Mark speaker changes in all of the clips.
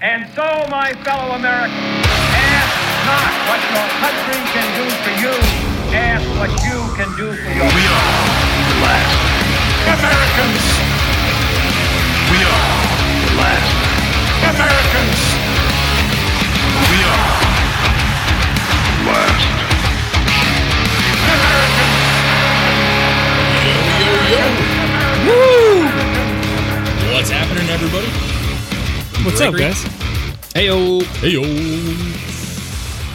Speaker 1: And so, my fellow Americans, ask not what your country can do for you, ask what you can do for your
Speaker 2: We are the last Americans. We are the last Americans. We are the last Americans. Yo, yo, yo.
Speaker 3: What's happening, everybody?
Speaker 4: What's
Speaker 3: Gregory?
Speaker 4: up, guys?
Speaker 3: Heyo,
Speaker 4: Hey yo.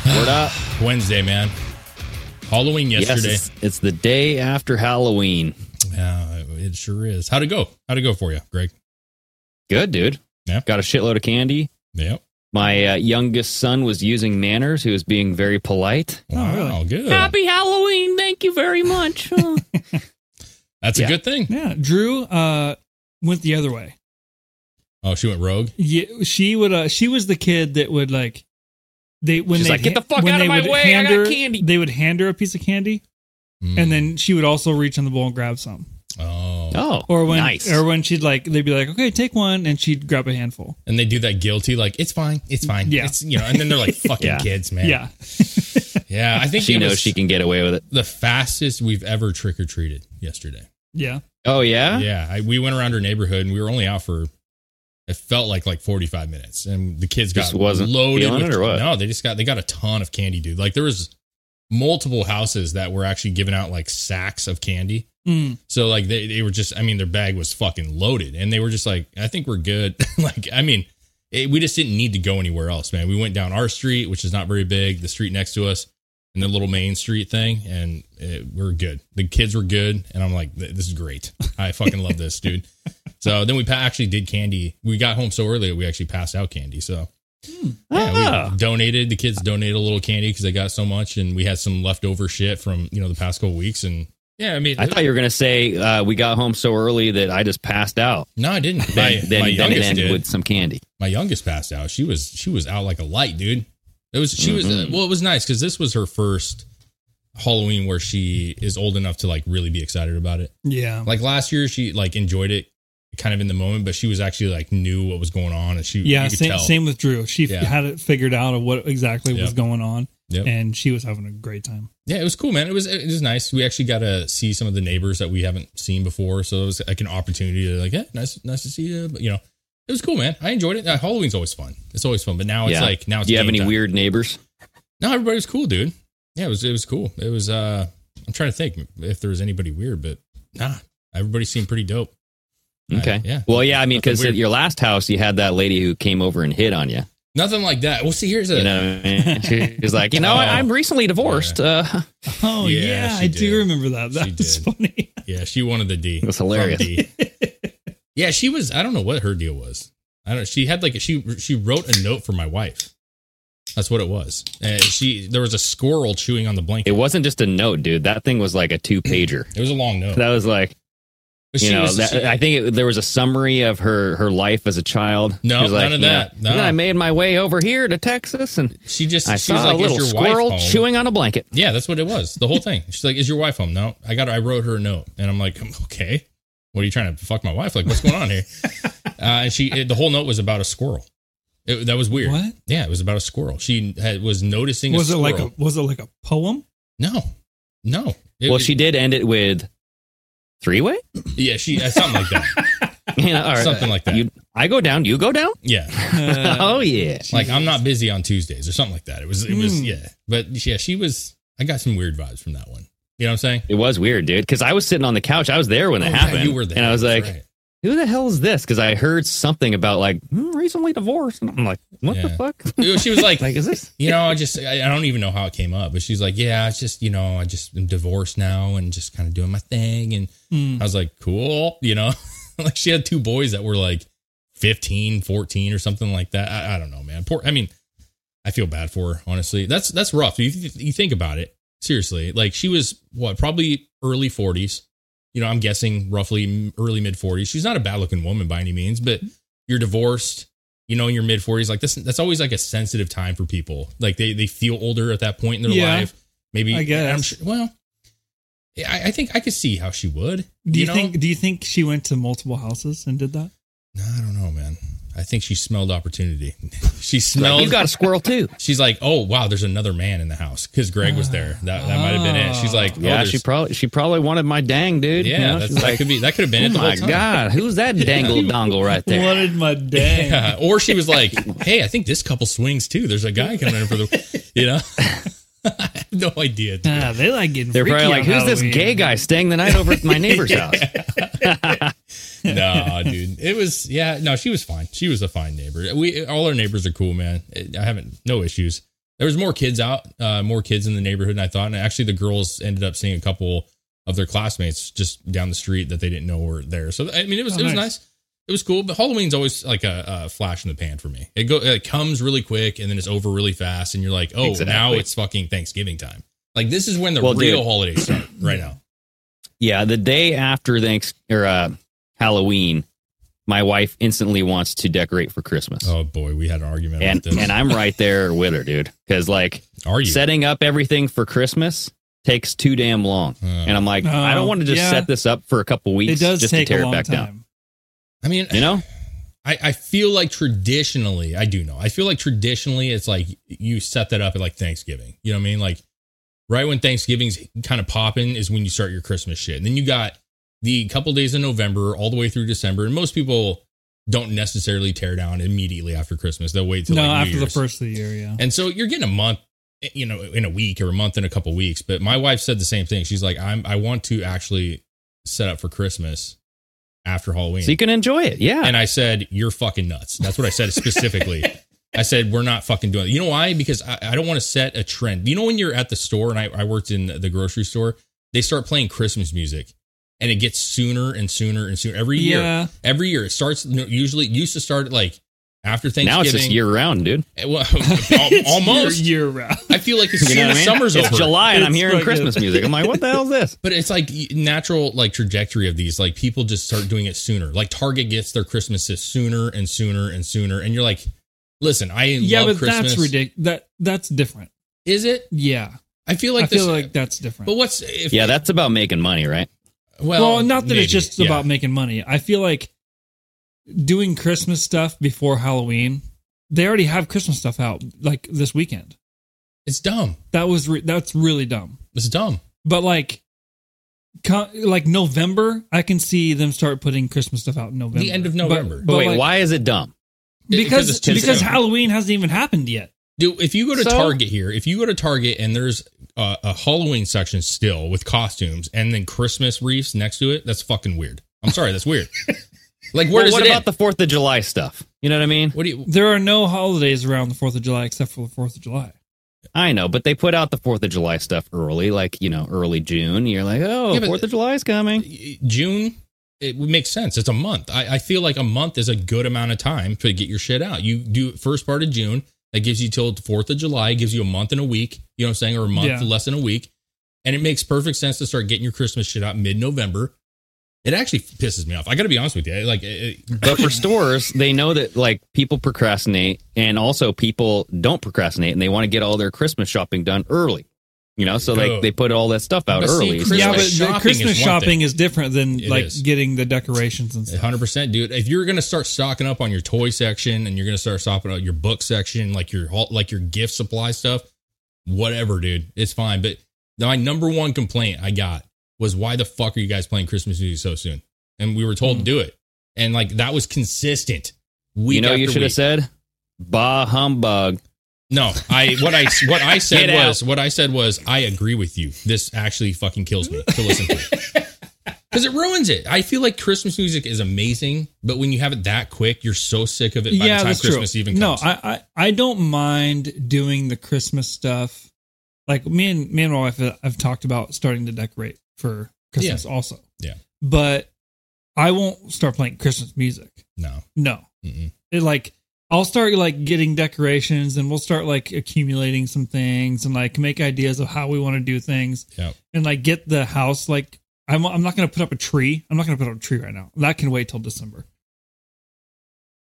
Speaker 3: word up.
Speaker 4: Wednesday, man. Halloween yesterday.
Speaker 3: Yes, it's, it's the day after Halloween.
Speaker 4: Yeah, it sure is. How'd it go? How'd it go for you, Greg?
Speaker 3: Good, dude.
Speaker 4: Yeah.
Speaker 3: Got a shitload of candy.
Speaker 4: Yep.
Speaker 3: My uh, youngest son was using manners. He was being very polite.
Speaker 4: Wow, good.
Speaker 3: Halloween. Thank you very much.
Speaker 4: That's
Speaker 3: Yeah.
Speaker 4: a good thing.
Speaker 5: Yeah, Drew uh, went the other way.
Speaker 4: Oh, she went rogue.
Speaker 5: Yeah, she would. Uh, she was the kid that would like they when
Speaker 3: She's
Speaker 5: they
Speaker 3: like, "Get the fuck out of my way, I got
Speaker 5: her,
Speaker 3: candy."
Speaker 5: They would hand her a piece of candy,
Speaker 4: Mm.
Speaker 5: and then she would also reach in the bowl and grab some.
Speaker 4: oh,
Speaker 3: oh,
Speaker 5: Or when
Speaker 3: nice.
Speaker 5: or when she'd like they'd be like, okay, take one, and she'd grab a handful.
Speaker 4: and they do that guilty, like it's fine, it's fine.
Speaker 5: Yeah.
Speaker 4: it's, you know. And then they're like fucking
Speaker 3: Yeah.
Speaker 4: kids, man.
Speaker 5: Yeah,
Speaker 4: yeah. I think
Speaker 3: she
Speaker 4: it
Speaker 3: knows
Speaker 4: was
Speaker 3: she can get away with it.
Speaker 4: The fastest we've ever trick or treated yesterday.
Speaker 5: yeah.
Speaker 3: Oh yeah.
Speaker 4: Yeah, I, we went around her neighborhood, and we were only out for it felt like like forty five minutes, and the kids got
Speaker 3: Just wasn't
Speaker 4: loaded.
Speaker 3: feeling
Speaker 4: With,
Speaker 3: it or what?
Speaker 4: No, they just got they got a ton of candy, dude. Like there was multiple houses that were actually giving out like sacks of candy.
Speaker 5: Mm.
Speaker 4: So like they they were just I mean their bag was fucking loaded, and they were just like I think we're good. like I mean. It, we just didn't need to go anywhere else, man. We went down our street, which is not very big, the street next to us, and the little main street thing, and it, we are good. The kids were good, and I'm like, "Th- this is great. I fucking love this, dude. So then we pa- actually did candy. We got home so early that we actually passed out candy. So yeah,
Speaker 3: Ah.
Speaker 4: we donated. The kids donated a little candy because they got so much, and we had some leftover shit from you know the past couple weeks. And yeah, I mean,
Speaker 3: I thought you were gonna say uh, we got home so early that I just passed out.
Speaker 4: no, I didn't.
Speaker 3: Then,
Speaker 4: My,
Speaker 3: then,
Speaker 4: my
Speaker 3: then it
Speaker 4: youngest
Speaker 3: ended
Speaker 4: did.
Speaker 3: with some candy.
Speaker 4: my youngest passed out. She was she was out like a light, dude. It was she was uh,
Speaker 3: Mhm.
Speaker 4: well. It was nice because this was her first Halloween where she is old enough to like really be excited about it.
Speaker 5: Yeah.
Speaker 4: Like last year, she like enjoyed it kind of in the moment, but she was actually like knew what was going on and she
Speaker 5: Yeah,
Speaker 4: you could
Speaker 5: same,
Speaker 4: tell.
Speaker 5: same with Drew. She
Speaker 4: Yeah.
Speaker 5: had it figured out of what exactly was
Speaker 4: Yep.
Speaker 5: going on,
Speaker 4: Yep.
Speaker 5: and she was having a great time.
Speaker 4: Yeah, it was cool, man. It was it was nice. We actually got to see some of the neighbors that we haven't seen before, so it was like an opportunity to like, yeah, nice, nice to see you. But you know, it was cool, man. I enjoyed it. Uh, Halloween's always fun. It's always fun, but now it's
Speaker 3: yeah.
Speaker 4: like now it's
Speaker 3: Do you have
Speaker 4: game
Speaker 3: any
Speaker 4: time.
Speaker 3: weird neighbors?
Speaker 4: No, everybody was cool, dude. Yeah, it was it was cool. It was uh I'm trying to think if there was anybody weird, but nah, everybody seemed pretty dope.
Speaker 3: Okay.
Speaker 4: I- yeah.
Speaker 3: Well, yeah. I mean,
Speaker 4: Nothing
Speaker 3: because
Speaker 4: weird.
Speaker 3: at your last house, you had that lady who came over and hit on you.
Speaker 4: Nothing like that. Well, see, here's a
Speaker 3: You know, what I mean? she was like, you know,
Speaker 4: Oh.
Speaker 3: I, I'm recently divorced. Uh,
Speaker 5: Oh
Speaker 4: Yeah,
Speaker 5: yeah,
Speaker 4: she
Speaker 5: I
Speaker 4: did.
Speaker 5: do remember that.
Speaker 4: She
Speaker 5: That's
Speaker 4: did.
Speaker 5: funny.
Speaker 4: yeah, she wanted the D.
Speaker 3: That's hilarious.
Speaker 4: From D. yeah, she was. I don't know what her deal was. I don't. She had like she she wrote a note for my wife. That's what it was. And she there was a squirrel chewing on the
Speaker 3: it
Speaker 4: blanket.
Speaker 3: wasn't just a note, dude. That thing was like a two pager.
Speaker 4: It was a long note.
Speaker 3: That was like,
Speaker 4: But
Speaker 3: you
Speaker 4: she
Speaker 3: know,
Speaker 4: was-
Speaker 3: that,
Speaker 4: she-
Speaker 3: I think it, there was a summary of her her life as a child.
Speaker 4: No,
Speaker 3: She was
Speaker 4: none
Speaker 3: like,
Speaker 4: of
Speaker 3: you know,
Speaker 4: that. No.
Speaker 3: "And I made my way over here to Texas, and
Speaker 4: she just
Speaker 3: I
Speaker 4: she was
Speaker 3: saw
Speaker 4: like,
Speaker 3: a
Speaker 4: "Is
Speaker 3: little
Speaker 4: your
Speaker 3: squirrel
Speaker 4: wife home?"
Speaker 3: chewing on a blanket.
Speaker 4: Yeah, that's what it was. The whole thing. She's like, "Is your wife home?" No, I got. I wrote her a note, and I'm like, "Um, "Okay, what are you trying to fuck my wife? Like, what's going on here?" uh, and she, it, the whole note was about a squirrel. It, that was weird.
Speaker 5: What?
Speaker 4: Yeah, it was about a squirrel. She had, was noticing.
Speaker 5: Was it like a
Speaker 4: squirrel.
Speaker 5: was it like a poem?
Speaker 4: no, no? It
Speaker 3: well,
Speaker 4: was-
Speaker 3: she did end it with three way.
Speaker 4: yeah, she uh, something like that.
Speaker 3: You know, or,
Speaker 4: Something like that. Uh,
Speaker 3: You, I go down, you go down.
Speaker 4: Yeah,
Speaker 3: oh yeah.
Speaker 4: like I'm not busy on Tuesdays or something like that. It was, it was,
Speaker 5: Mm.
Speaker 4: yeah, but yeah, she was. I got some weird vibes from that one. You know what I'm saying?
Speaker 3: It was weird, dude, because I was sitting on the couch. I was there when it
Speaker 4: Oh, yeah,
Speaker 3: happened.
Speaker 4: you were there.
Speaker 3: And I was
Speaker 4: That's
Speaker 3: like,
Speaker 4: right.
Speaker 3: who the hell is this? Because I heard something about like "Hmm, recently divorced. And I'm like, what the
Speaker 4: Yeah.
Speaker 3: fuck?
Speaker 4: It was- she was like,
Speaker 3: like, is this?
Speaker 4: you know, I just, I, I don't even know how it came up, but she's like, yeah, it's just, you know, I just am divorced now and just kind of doing my thing. And
Speaker 5: Hmm.
Speaker 4: I was like, cool, you know, like she had two boys that were like 15, 14 or something like that. I, I don't know, man. Poor. I mean, I feel bad for her, honestly. That's that's rough. You, th- you think about it seriously. Like she was what probably early forties. You know, I'm guessing roughly m- early mid forties. She's not a bad looking woman by any means, but you're divorced. You know, in your mid forties, like this. That's always like a sensitive time for people. Like they they feel older at that point in their
Speaker 5: Yeah,
Speaker 4: life. Maybe
Speaker 5: I guess.
Speaker 4: I'm sure, well, yeah, I, I think I could see how she would.
Speaker 5: Do you,
Speaker 4: know?
Speaker 5: think? Do you think she went to multiple houses and did that?
Speaker 4: No, I don't know, man. I think she smelled opportunity. she smelled.
Speaker 3: Like, you got a squirrel too.
Speaker 4: she's like, oh wow, there's another man in the house because Greg was there. That that might have been it. She's like, oh,
Speaker 3: Yeah,
Speaker 4: there's-
Speaker 3: she probably she probably wanted my dang dude.
Speaker 4: yeah,
Speaker 3: you know?
Speaker 4: that's,
Speaker 3: She's
Speaker 4: that
Speaker 3: like,
Speaker 4: could be that could have been
Speaker 3: oh
Speaker 4: it. the whole
Speaker 3: my
Speaker 4: time.
Speaker 3: god, who's that dangle dongle right there?
Speaker 5: What did my dang?
Speaker 4: Yeah, or she was like, hey, I think this couple swings too. There's a guy coming in for the, you know, I have no idea. dude.
Speaker 5: Ah, they like getting.
Speaker 3: They're probably
Speaker 5: freaky
Speaker 3: like,
Speaker 5: on
Speaker 3: who's this
Speaker 5: Halloween."
Speaker 3: gay guy staying the night over at my neighbor's house?
Speaker 4: no, dude. It was yeah. No, she was fine. She was a fine neighbor. We all our neighbors are cool, man. I haven't no issues. There was more kids out, uh, more kids in the neighborhood than I thought. And actually, the girls ended up seeing a couple of their classmates just down the street that they didn't know were there. So I mean, it was
Speaker 5: Oh,
Speaker 4: it was
Speaker 5: nice.
Speaker 4: nice. It was cool. But Halloween's always like a, a flash in the pan for me. It go it comes really quick and then it's over really fast. And you're like, oh, now
Speaker 3: Exactly.
Speaker 4: it's fucking Thanksgiving time. Like this is when the
Speaker 3: Well,
Speaker 4: real
Speaker 3: dude.
Speaker 4: holidays start right now.
Speaker 3: Yeah, the day after thanks or uh, Halloween, my wife instantly wants to decorate for Christmas,
Speaker 4: Oh boy, we had an argument
Speaker 3: and
Speaker 4: about this.
Speaker 3: and I'm right there with her, dude. Because like
Speaker 4: Are you?
Speaker 3: setting up everything for Christmas takes too damn long,
Speaker 4: Oh.
Speaker 3: and I'm like, I
Speaker 5: Oh,
Speaker 3: don't want to just
Speaker 5: yeah.
Speaker 3: set this up for a couple
Speaker 5: It
Speaker 3: weeks
Speaker 5: does
Speaker 3: just
Speaker 5: take
Speaker 3: to tear
Speaker 5: a long
Speaker 3: it back down.
Speaker 5: time.
Speaker 4: I mean,
Speaker 3: You know,
Speaker 4: I, I feel like traditionally, I do know. I feel like traditionally, it's like you set that up at like Thanksgiving. You know what I mean? Like right when Thanksgiving's kind of popping is when you start your Christmas shit. And then you got the couple days in November all the way through December. And most people don't necessarily tear down immediately after Christmas. They'll wait till
Speaker 5: No,
Speaker 4: like, New
Speaker 5: after the
Speaker 4: Year's.
Speaker 5: first of the year, yeah.
Speaker 4: And so you're getting a month, you know, in a week or a month in a couple weeks. But my wife said the same thing. She's like, I'm I want to actually set up for Christmas after Halloween.
Speaker 3: so you can enjoy it. Yeah,
Speaker 4: And I said, You're fucking nuts. That's what I said specifically. I said, We're not fucking doing it. You know why? Because I, I don't want to set a trend. You know, when you're at the store, and I, I worked in the grocery store, they start playing Christmas music and it gets sooner and sooner and sooner every year.
Speaker 5: Yeah.
Speaker 4: Every year. It starts no, usually, it used to start at, like after Thanksgiving.
Speaker 3: now it's just year round, dude.
Speaker 4: Well,
Speaker 5: It's
Speaker 4: al- almost.
Speaker 5: year, year round.
Speaker 4: I feel like as soon
Speaker 3: You know what I
Speaker 4: as
Speaker 3: mean?
Speaker 4: summer's
Speaker 3: it's
Speaker 4: over.
Speaker 3: July, and I'm
Speaker 5: It's
Speaker 3: hearing
Speaker 5: like
Speaker 3: Christmas
Speaker 5: a-
Speaker 3: music. I'm like, what the hell is this?
Speaker 4: But it's like natural like trajectory of these. Like people just start doing it sooner. Like Target gets their Christmases sooner and sooner and sooner. And you're like, listen, I
Speaker 5: yeah,
Speaker 4: love
Speaker 5: but
Speaker 4: Christmas.
Speaker 5: that's ridiculous. That that's different.
Speaker 4: Is it?
Speaker 5: Yeah,
Speaker 4: I feel like
Speaker 5: I
Speaker 4: this.
Speaker 5: feel like that's different.
Speaker 4: but what's if,
Speaker 3: Yeah, that's about making money, right?
Speaker 4: well,
Speaker 5: well, not that
Speaker 4: maybe,
Speaker 5: it's just
Speaker 4: yeah.
Speaker 5: about making money. I feel like doing Christmas stuff before Halloween. They already have Christmas stuff out like this weekend.
Speaker 4: It's dumb.
Speaker 5: That was re- that's really dumb.
Speaker 4: It's dumb.
Speaker 5: But like, co- like November, I can see them start putting Christmas stuff out in November.
Speaker 4: end of
Speaker 5: But-
Speaker 4: November.
Speaker 5: But,
Speaker 3: But wait,
Speaker 5: like-
Speaker 3: why is it dumb?
Speaker 4: Because
Speaker 5: Because
Speaker 4: it's
Speaker 5: because,
Speaker 4: too soon.
Speaker 5: Halloween hasn't even happened yet.
Speaker 4: Dude, if you go to
Speaker 3: So-
Speaker 4: Target here, if you go to Target and there's a, a Halloween section still with costumes and then Christmas wreaths next to it, that's fucking weird. I'm sorry, that's weird. like, where
Speaker 3: Well,
Speaker 4: does
Speaker 3: what
Speaker 4: it
Speaker 3: about
Speaker 4: end?
Speaker 3: the Fourth of July stuff? You know what I mean?
Speaker 4: what do you?
Speaker 5: There are no holidays around the Fourth of July except for the Fourth of July.
Speaker 3: I know, but they put out the Fourth of July stuff early, like you know, early June. You're like, oh,
Speaker 4: Yeah, but-
Speaker 3: Fourth of July is coming.
Speaker 4: June, it would make sense. It's a month. I, I feel like a month is a good amount of time to get your shit out. You do it first part of June, that gives you till the 4th of July, It gives you a month and a week, you know what I'm saying, or a month
Speaker 5: Yeah.
Speaker 4: less than a week. And it makes perfect sense to start getting your Christmas shit out mid November. It actually pisses me off. I got to be honest with you. Like, it, it-
Speaker 3: But for stores, they know that like people procrastinate, and also people don't procrastinate, and they want to get all their Christmas shopping done early. You know, so
Speaker 4: Oh.
Speaker 3: like they put all that stuff out
Speaker 4: But see,
Speaker 3: early. So,
Speaker 4: Christmas
Speaker 5: yeah,
Speaker 3: like,
Speaker 5: but
Speaker 4: shopping
Speaker 5: the Christmas
Speaker 4: is one
Speaker 5: shopping
Speaker 4: thing.
Speaker 5: is different than
Speaker 4: It
Speaker 5: like
Speaker 4: is.
Speaker 5: getting the decorations and stuff.
Speaker 4: 100% dude if you're gonna start stocking up on your toy section and you're gonna start stocking up your book section like your hol- like your gift supply stuff whatever dude it's fine but my number one complaint i got was why the fuck are you guys playing christmas music so soon and we were told to do it and like that was consistent week
Speaker 3: Hmm. you know, you
Speaker 4: after
Speaker 3: should have
Speaker 4: week.
Speaker 3: said, "Bah humbug."
Speaker 4: no i what i what i said
Speaker 3: Get out.
Speaker 4: was what i said was i agree with you this actually fucking kills me to listen to Because it ruins it. I feel like Christmas music is amazing, but when you have it that quick, you're so sick of it by
Speaker 5: yeah,
Speaker 4: the time
Speaker 5: that's
Speaker 4: Christmas
Speaker 5: true.
Speaker 4: even comes.
Speaker 5: No, I, I I don't mind doing the Christmas stuff. Like me and me and my wife, uh, I've talked about starting to decorate for Christmas also.
Speaker 4: Yeah.
Speaker 5: but I won't start playing Christmas music.
Speaker 4: No.
Speaker 5: No,
Speaker 4: Mm-mm.
Speaker 5: It like I'll start like getting decorations and we'll start like accumulating some things and like make ideas of how we want to do things
Speaker 4: Yeah.
Speaker 5: and like get the house like I'm I'm not going to put up a tree. I'm not going to put up a tree right now. That can wait till December.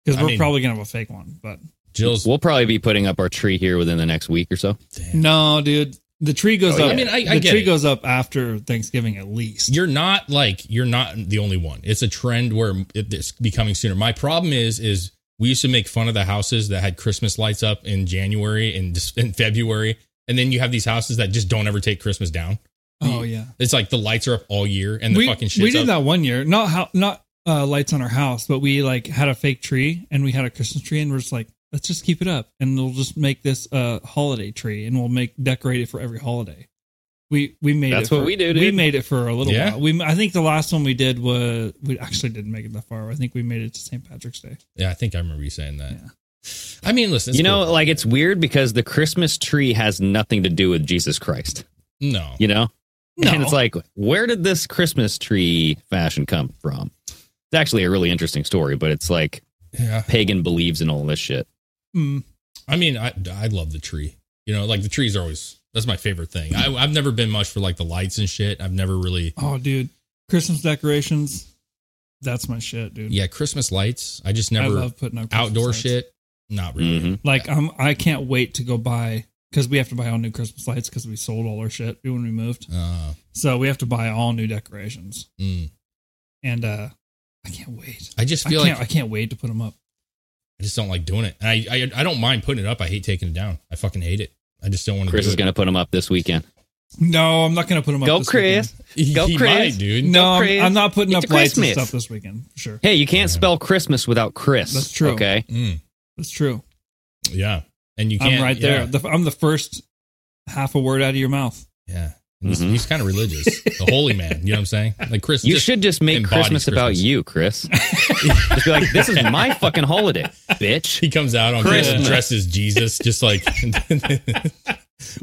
Speaker 5: Cuz
Speaker 4: I
Speaker 5: we're
Speaker 4: mean-
Speaker 5: probably going to have a fake one, but
Speaker 4: Jill's.
Speaker 3: We'll probably be putting up our tree here within the next week or so.
Speaker 5: no, dude. The tree goes
Speaker 4: Oh,
Speaker 5: up.
Speaker 4: yeah. I mean, I- I
Speaker 5: the
Speaker 4: get
Speaker 5: tree
Speaker 4: it.
Speaker 5: goes up after Thanksgiving at least.
Speaker 4: You're not like you're not the only one. It's a trend where it- it's becoming sooner. My problem is is we used to make fun of the houses that had Christmas lights up in January and just in February, and then you have these houses that just don't ever take Christmas down.
Speaker 5: oh yeah.
Speaker 4: It's like the lights are up all year and the
Speaker 5: we,
Speaker 4: fucking shit.
Speaker 5: we did that one year. Not how not uh, lights on our house, but we like had a fake tree and we had a Christmas tree, and we're just like, let's just keep it up, and we'll just make this uh, holiday tree, and we'll make decorate it for every holiday. We we made
Speaker 3: That's
Speaker 5: it for,
Speaker 3: what we do, dude.
Speaker 5: We made it for a little
Speaker 4: Yeah.
Speaker 5: while. We I think the last one we did was we actually didn't make it that far. I think we made it to St. Patrick's Day.
Speaker 4: Yeah, I think I remember you saying that. I mean, listen, it's
Speaker 3: you know,
Speaker 4: cool.
Speaker 3: like it's weird because the Christmas tree has nothing to do with Jesus Christ.
Speaker 4: no,
Speaker 3: You know,
Speaker 5: No.
Speaker 3: and it's like, where did this Christmas tree fashion come from? It's actually a really interesting story, but it's like
Speaker 4: yeah.
Speaker 3: pagan believes in all this shit.
Speaker 5: Mm.
Speaker 4: I mean, I I love the tree. You know, like the trees are always that's my favorite thing. I, I've never been much for like the lights and shit. I've never really
Speaker 5: Oh, dude, Christmas decorations. That's my shit, dude.
Speaker 4: yeah Christmas lights. I just
Speaker 5: I
Speaker 4: never
Speaker 5: love putting up Christmas
Speaker 4: outdoor
Speaker 5: lights.
Speaker 4: shit. Not really.
Speaker 3: Mhm.
Speaker 5: Like I'm, I can't wait to go buy because we have to buy all new Christmas lights because we sold all our shit when we moved.
Speaker 3: Mm-hmm.
Speaker 4: Uh,
Speaker 5: So we have to buy all new decorations,
Speaker 4: mm.
Speaker 5: and uh I can't wait.
Speaker 4: I just
Speaker 5: I
Speaker 4: feel
Speaker 5: can't,
Speaker 4: like
Speaker 5: I can't wait to put them up.
Speaker 4: I just don't like doing it. And I, I I don't mind putting it up. I hate taking it down. I fucking hate it. I just don't want to.
Speaker 3: Chris
Speaker 4: do
Speaker 3: is
Speaker 4: it.
Speaker 3: going to put them up this weekend.
Speaker 5: No, I'm not gonna put them up.
Speaker 3: Go,
Speaker 5: this
Speaker 3: Chris.
Speaker 4: He,
Speaker 3: Go,
Speaker 4: he
Speaker 3: Chris.
Speaker 4: might, dude.
Speaker 5: Weekend. No, I'm,
Speaker 3: Chris.
Speaker 5: I'm not putting
Speaker 3: It's
Speaker 5: up lights and
Speaker 3: Christmas.
Speaker 5: stuff this weekend for sure.
Speaker 3: Hey, you can't spell Christmas without Chris.
Speaker 5: That's true.
Speaker 3: Okay.
Speaker 4: Mm.
Speaker 5: That's true.
Speaker 4: Yeah, and you can't.
Speaker 5: I'm right
Speaker 4: yeah.
Speaker 5: there. The, I'm the first half a word out of your mouth.
Speaker 4: Yeah. And He's,
Speaker 3: Mhm.
Speaker 4: he's kind of religious, the holy man. You know what I'm saying? Like Chris,
Speaker 3: You
Speaker 4: just-
Speaker 3: should just make
Speaker 4: embodies
Speaker 3: Christmas, about
Speaker 4: Christmas.
Speaker 3: you, Chris. just be like, this is my fucking holiday, bitch.
Speaker 4: He comes out on
Speaker 3: Christmas.
Speaker 4: Christmas dressed as Jesus, just like
Speaker 3: Yeah, it's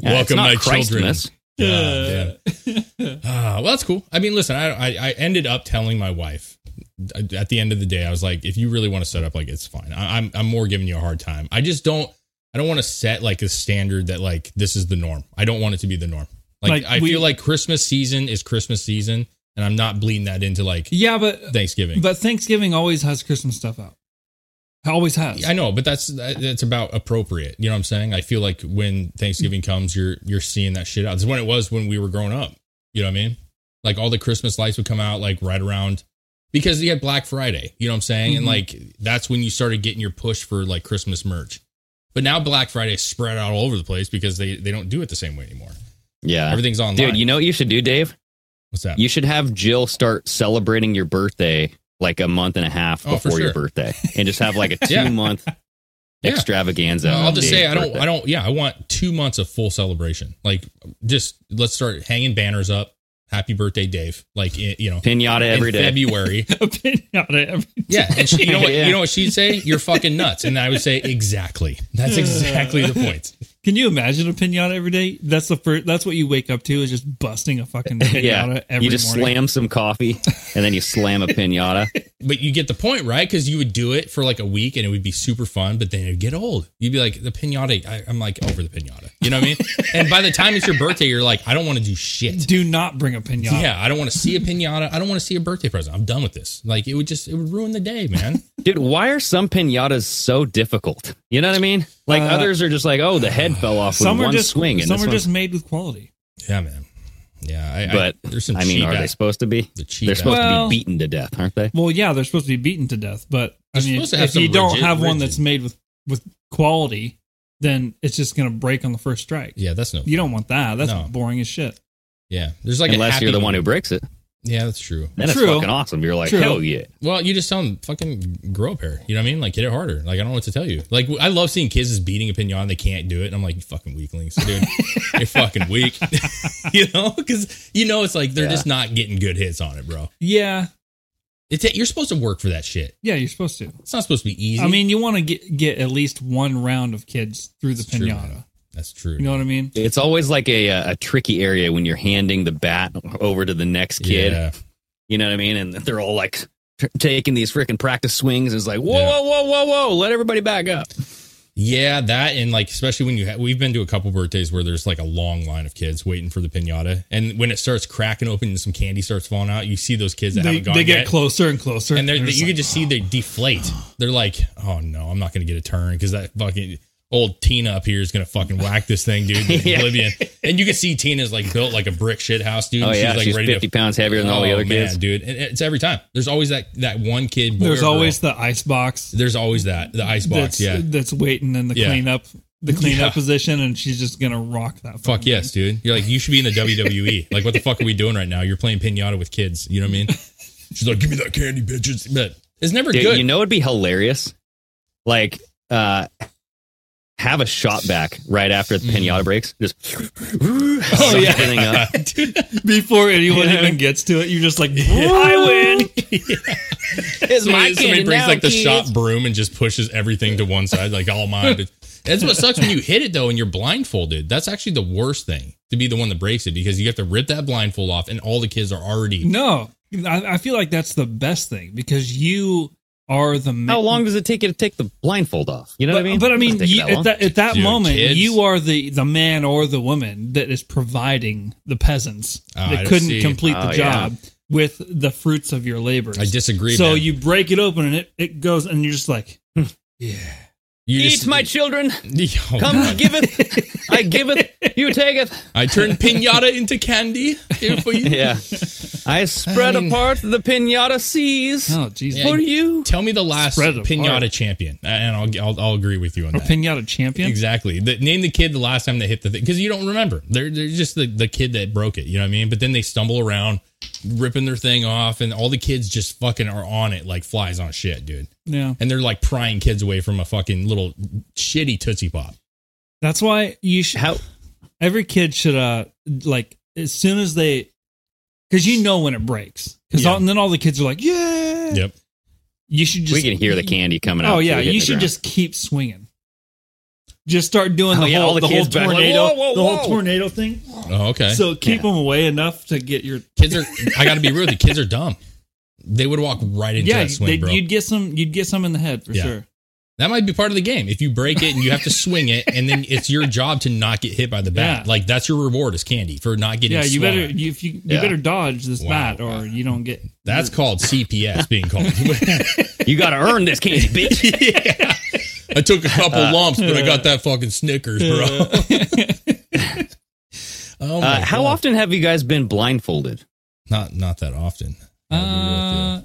Speaker 4: welcome
Speaker 3: not
Speaker 4: my children.
Speaker 3: Christmas.
Speaker 4: Yeah, yeah. Ah, well, that's cool. I mean, listen, I, I I ended up telling my wife uh, at the end of the day, I was like, if you really want to set up, like, it's fine. I, I'm I'm more giving you a hard time. I just don't. I don't want to set like a standard that like this is the norm. I don't want it to be the norm. Like,
Speaker 5: Like,
Speaker 4: I
Speaker 5: we-
Speaker 4: feel like Christmas season is Christmas season, and I'm not bleeding that into like
Speaker 5: Yeah, but
Speaker 4: Thanksgiving.
Speaker 5: but Thanksgiving always has Christmas stuff out. It always has.
Speaker 4: I know, but that's that's about appropriate. You know what I'm saying? I feel like when Thanksgiving comes, you're you're seeing that shit out. It's when it was when we were growing up. You know what I mean? Like all the Christmas lights would come out like right around because you had Black Friday. You know what I'm saying? And
Speaker 5: Mhm.
Speaker 4: like that's when you started getting your push for like Christmas merch. But now Black Friday is spread out all over the place because they they don't do it the same way anymore.
Speaker 3: Yeah.
Speaker 4: Everything's online.
Speaker 3: Dude, you know what you should do, Dave?
Speaker 4: What's that?
Speaker 3: You should have Jill start celebrating your birthday like a month and a half
Speaker 4: Oh, for
Speaker 3: before your
Speaker 4: sure.
Speaker 3: birthday and just have like a two
Speaker 4: Yeah.
Speaker 3: month
Speaker 4: Yeah.
Speaker 3: extravaganza.
Speaker 4: No, I'll
Speaker 3: on
Speaker 4: just
Speaker 3: Dave's
Speaker 4: say I don't.
Speaker 3: birthday.
Speaker 4: I don't. Yeah, I want two months of full celebration. Like, just let's start hanging banners up. Happy birthday, Dave! Like, i- you know,
Speaker 3: Pinata every
Speaker 4: in
Speaker 3: day.
Speaker 4: February.
Speaker 5: opinion on it every
Speaker 4: yeah, and she, you know what?
Speaker 3: Yeah.
Speaker 4: You know what she'd say? You're fucking nuts. And I would say exactly.
Speaker 3: Hmm.
Speaker 4: That's exactly the point.
Speaker 5: Can you imagine a pinata every day? That's the first. That's what you wake up to is just busting a fucking pinata
Speaker 3: yeah.
Speaker 5: every
Speaker 3: you just
Speaker 5: morning.
Speaker 3: slam some coffee and then you slam a pinata.
Speaker 4: But you get the point, right? Because you would do it for like a week and it would be super fun, but then it'd get old. You'd be like the pinata. I, I'm like over the pinata. You know what I mean? and by the time it's your birthday, you're like, I don't want to do shit.
Speaker 5: Do not bring a pinata.
Speaker 4: Yeah, I don't want to see a pinata. I don't want to see a birthday present. I'm done with this. Like it would just it would ruin the day, man.
Speaker 3: Dude, why are some pinatas so difficult? You know what I mean? Like
Speaker 5: Uh,
Speaker 3: others are just like, oh, the head fell off with
Speaker 5: Some are
Speaker 3: one
Speaker 5: just
Speaker 3: swing. And
Speaker 5: Some
Speaker 3: this
Speaker 5: are
Speaker 3: one-
Speaker 5: just made with quality.
Speaker 4: yeah, man. Yeah, I,
Speaker 3: but
Speaker 4: I, there's some.
Speaker 3: I mean,
Speaker 4: cheap
Speaker 3: are they
Speaker 4: ass-
Speaker 3: supposed to be?
Speaker 4: the cheap
Speaker 3: They're
Speaker 4: ass-
Speaker 3: supposed
Speaker 5: Well-
Speaker 3: to be beaten to death, aren't they?
Speaker 5: Well, yeah, they're supposed to be beaten to death, but I
Speaker 4: They're
Speaker 5: mean,
Speaker 4: supposed to have
Speaker 5: if you
Speaker 4: some
Speaker 5: don't
Speaker 4: rigid-
Speaker 5: have one
Speaker 4: rigid-
Speaker 5: that's made with with quality, then it's just gonna break on the first strike.
Speaker 4: yeah, that's no.
Speaker 5: You don't want that. That's
Speaker 4: No.
Speaker 5: boring as shit.
Speaker 4: Yeah, there's like a
Speaker 3: Unless
Speaker 4: happy
Speaker 3: you're the one who breaks it.
Speaker 4: Yeah, that's true.
Speaker 3: Then it's
Speaker 5: True.
Speaker 3: fucking awesome. You're like,
Speaker 5: True.
Speaker 3: hell yeah.
Speaker 4: Well, you just tell them fucking grow up here. You know what I mean? Like get it harder. Like I don't know what to tell you. Like I love seeing kids is beating a pinata. They can't do it. And I'm like, you fucking weaklings, dude. you're fucking weak. you know, because you know it's like they're
Speaker 3: Yeah.
Speaker 4: just not getting good hits on it, bro.
Speaker 5: Yeah,
Speaker 4: It's you're supposed to work for that shit.
Speaker 5: yeah, you're supposed to.
Speaker 4: It's not supposed to be easy.
Speaker 5: I mean, you want to get get at least one round of kids through the
Speaker 4: It's true,
Speaker 5: pinata.
Speaker 4: man. that's true.
Speaker 5: you know what I mean?
Speaker 3: It's always like a, uh, a, a tricky area when you're handing the bat over to the next kid.
Speaker 4: Yeah.
Speaker 3: You know what I mean? And they're all like t- taking these freaking practice swings. And it's like, whoa, whoa, whoa, whoa, whoa, let everybody back up.
Speaker 4: Yeah, that and like especially when you ha- we've been to a couple birthdays where there's like a long line of kids waiting for the pinata, and when it starts cracking open and some candy starts falling out, you see those kids that
Speaker 5: They,
Speaker 4: haven't gone
Speaker 5: they get
Speaker 4: yet,
Speaker 5: closer and closer,
Speaker 4: and they're,
Speaker 5: and
Speaker 4: you
Speaker 5: just
Speaker 4: can
Speaker 5: like,
Speaker 4: just see they deflate. They're like, oh no, I'm not gonna get a turn because that fucking old Tina up here is gonna fucking whack this thing, dude, in
Speaker 3: Yeah.
Speaker 4: oblivion. And you can see Tina's like built like a brick shit house, dude.
Speaker 3: Oh,
Speaker 4: and
Speaker 3: yeah.
Speaker 4: like
Speaker 3: she's 50 pounds heavier than all the
Speaker 4: Oh,
Speaker 3: other
Speaker 4: man,
Speaker 3: kids.
Speaker 4: dude. And it's every time. There's always that that one kid. boy
Speaker 5: There's
Speaker 4: or girl.
Speaker 5: always the ice box
Speaker 4: there's always that the ice box.
Speaker 5: that's
Speaker 4: Yeah,
Speaker 5: that's waiting in the
Speaker 4: Yeah.
Speaker 5: cleanup the cleanup
Speaker 4: Yeah.
Speaker 5: position, and she's just gonna rock that. fucking
Speaker 4: Fuck
Speaker 5: thing.
Speaker 4: yes, dude. You're like, you should be in the WWE. like, what the fuck are we doing right now? You're playing pinata with kids. You know what I mean? She's like, give me that candy, bitches. But it's never
Speaker 3: Dude,
Speaker 4: good.
Speaker 3: you know it'd be hilarious. Like, uh have a shot back right after the pinata breaks. Just Mm. oh
Speaker 4: yeah.
Speaker 3: up.
Speaker 5: Before anyone even gets to it, you're just like, I win.
Speaker 3: It's my
Speaker 4: Somebody, somebody
Speaker 3: kid
Speaker 4: brings
Speaker 3: now,
Speaker 4: like the
Speaker 3: kids.
Speaker 4: shop broom and just pushes everything to one side, like all mine. But that's what sucks when you hit it though, and you're blindfolded. That's actually the worst thing to be the one that breaks it because you have to rip that blindfold off, and all the kids are already.
Speaker 5: No, I, I feel like that's the best thing because you are the ma-
Speaker 3: How long does it take you to take the blindfold off? Oh, You know
Speaker 5: But,
Speaker 3: what I mean?
Speaker 5: but I mean,
Speaker 3: Doesn't take
Speaker 5: you-
Speaker 3: that
Speaker 5: at
Speaker 3: long.
Speaker 5: that, at that
Speaker 4: Dude,
Speaker 5: moment,
Speaker 4: kids.
Speaker 5: you are the, the man or the woman that is providing the peasants
Speaker 4: Ah, I
Speaker 5: that couldn't
Speaker 4: see.
Speaker 5: complete
Speaker 3: Oh,
Speaker 5: the
Speaker 3: yeah.
Speaker 5: job with the fruits of your labor.
Speaker 4: I disagree.
Speaker 5: So
Speaker 4: man.
Speaker 5: you break it open and it, it goes, and you're just like,
Speaker 4: you
Speaker 3: Eat
Speaker 4: just-
Speaker 3: my children.
Speaker 4: Oh,
Speaker 3: Come
Speaker 4: God.
Speaker 3: giveth. I giveth. You taketh.
Speaker 4: I turned pinata into candy here for you.
Speaker 3: Yeah. I spread
Speaker 4: I mean-
Speaker 3: apart the pinata seas
Speaker 5: oh, Jesus.
Speaker 4: Yeah.
Speaker 3: for you.
Speaker 4: Tell me the last
Speaker 5: Spread 'em
Speaker 4: pinata
Speaker 5: apart.
Speaker 4: champion, and I'll, I'll I'll agree with you on
Speaker 5: Or
Speaker 4: that.
Speaker 5: pinata champion?
Speaker 4: Exactly. The, name the kid the last time they hit the thing because you don't remember. They're they're just the, the kid that broke it. You know what I mean? But then they stumble around, ripping their thing off, and all the kids just fucking are on it like flies on shit, dude.
Speaker 5: Yeah.
Speaker 4: And they're like prying kids away from a fucking little shitty tootsie pop.
Speaker 5: That's why you should.
Speaker 3: How?
Speaker 5: every kid should uh like as soon as they because you know when it breaks because
Speaker 4: Yeah.
Speaker 5: and then all the kids are like yeah
Speaker 4: Yep.
Speaker 5: you should just
Speaker 3: we can hear the candy coming out.
Speaker 5: oh yeah
Speaker 3: too, hitting the
Speaker 5: you should
Speaker 3: ground.
Speaker 5: just keep swinging just start doing
Speaker 3: Oh,
Speaker 5: the
Speaker 3: yeah,
Speaker 5: whole
Speaker 3: all the
Speaker 5: the, whole
Speaker 3: kids back- like,
Speaker 5: tornado
Speaker 3: whoa, whoa,
Speaker 5: the
Speaker 3: whoa.
Speaker 5: whole tornado thing
Speaker 4: Oh, okay.
Speaker 5: so keep
Speaker 3: Yeah.
Speaker 5: them away enough to get your
Speaker 4: kids are. I got to be real. The kids are dumb. They would walk right into
Speaker 5: yeah
Speaker 4: that swing,
Speaker 5: they-
Speaker 4: bro.
Speaker 5: you'd get some you'd get some in the head for
Speaker 4: Yeah.
Speaker 5: sure
Speaker 4: That might be part of the game. If you break it and you have to swing it, and then it's your job to not get hit by the bat.
Speaker 5: Yeah.
Speaker 4: Like that's your reward is candy for not getting.
Speaker 5: yeah you
Speaker 4: swung
Speaker 5: better
Speaker 4: at.
Speaker 5: you, if you, you
Speaker 3: Yeah.
Speaker 5: better dodge this
Speaker 4: Wow.
Speaker 5: bat or you don't get
Speaker 4: That's called CPS being called.
Speaker 3: You got to earn this candy, bitch.
Speaker 4: I took a couple
Speaker 5: Uh,
Speaker 4: lumps, but I got that fucking Snickers, bro. oh my
Speaker 3: Uh, how
Speaker 4: God.
Speaker 3: often have you guys been blindfolded?
Speaker 4: Not not that often.
Speaker 5: uh,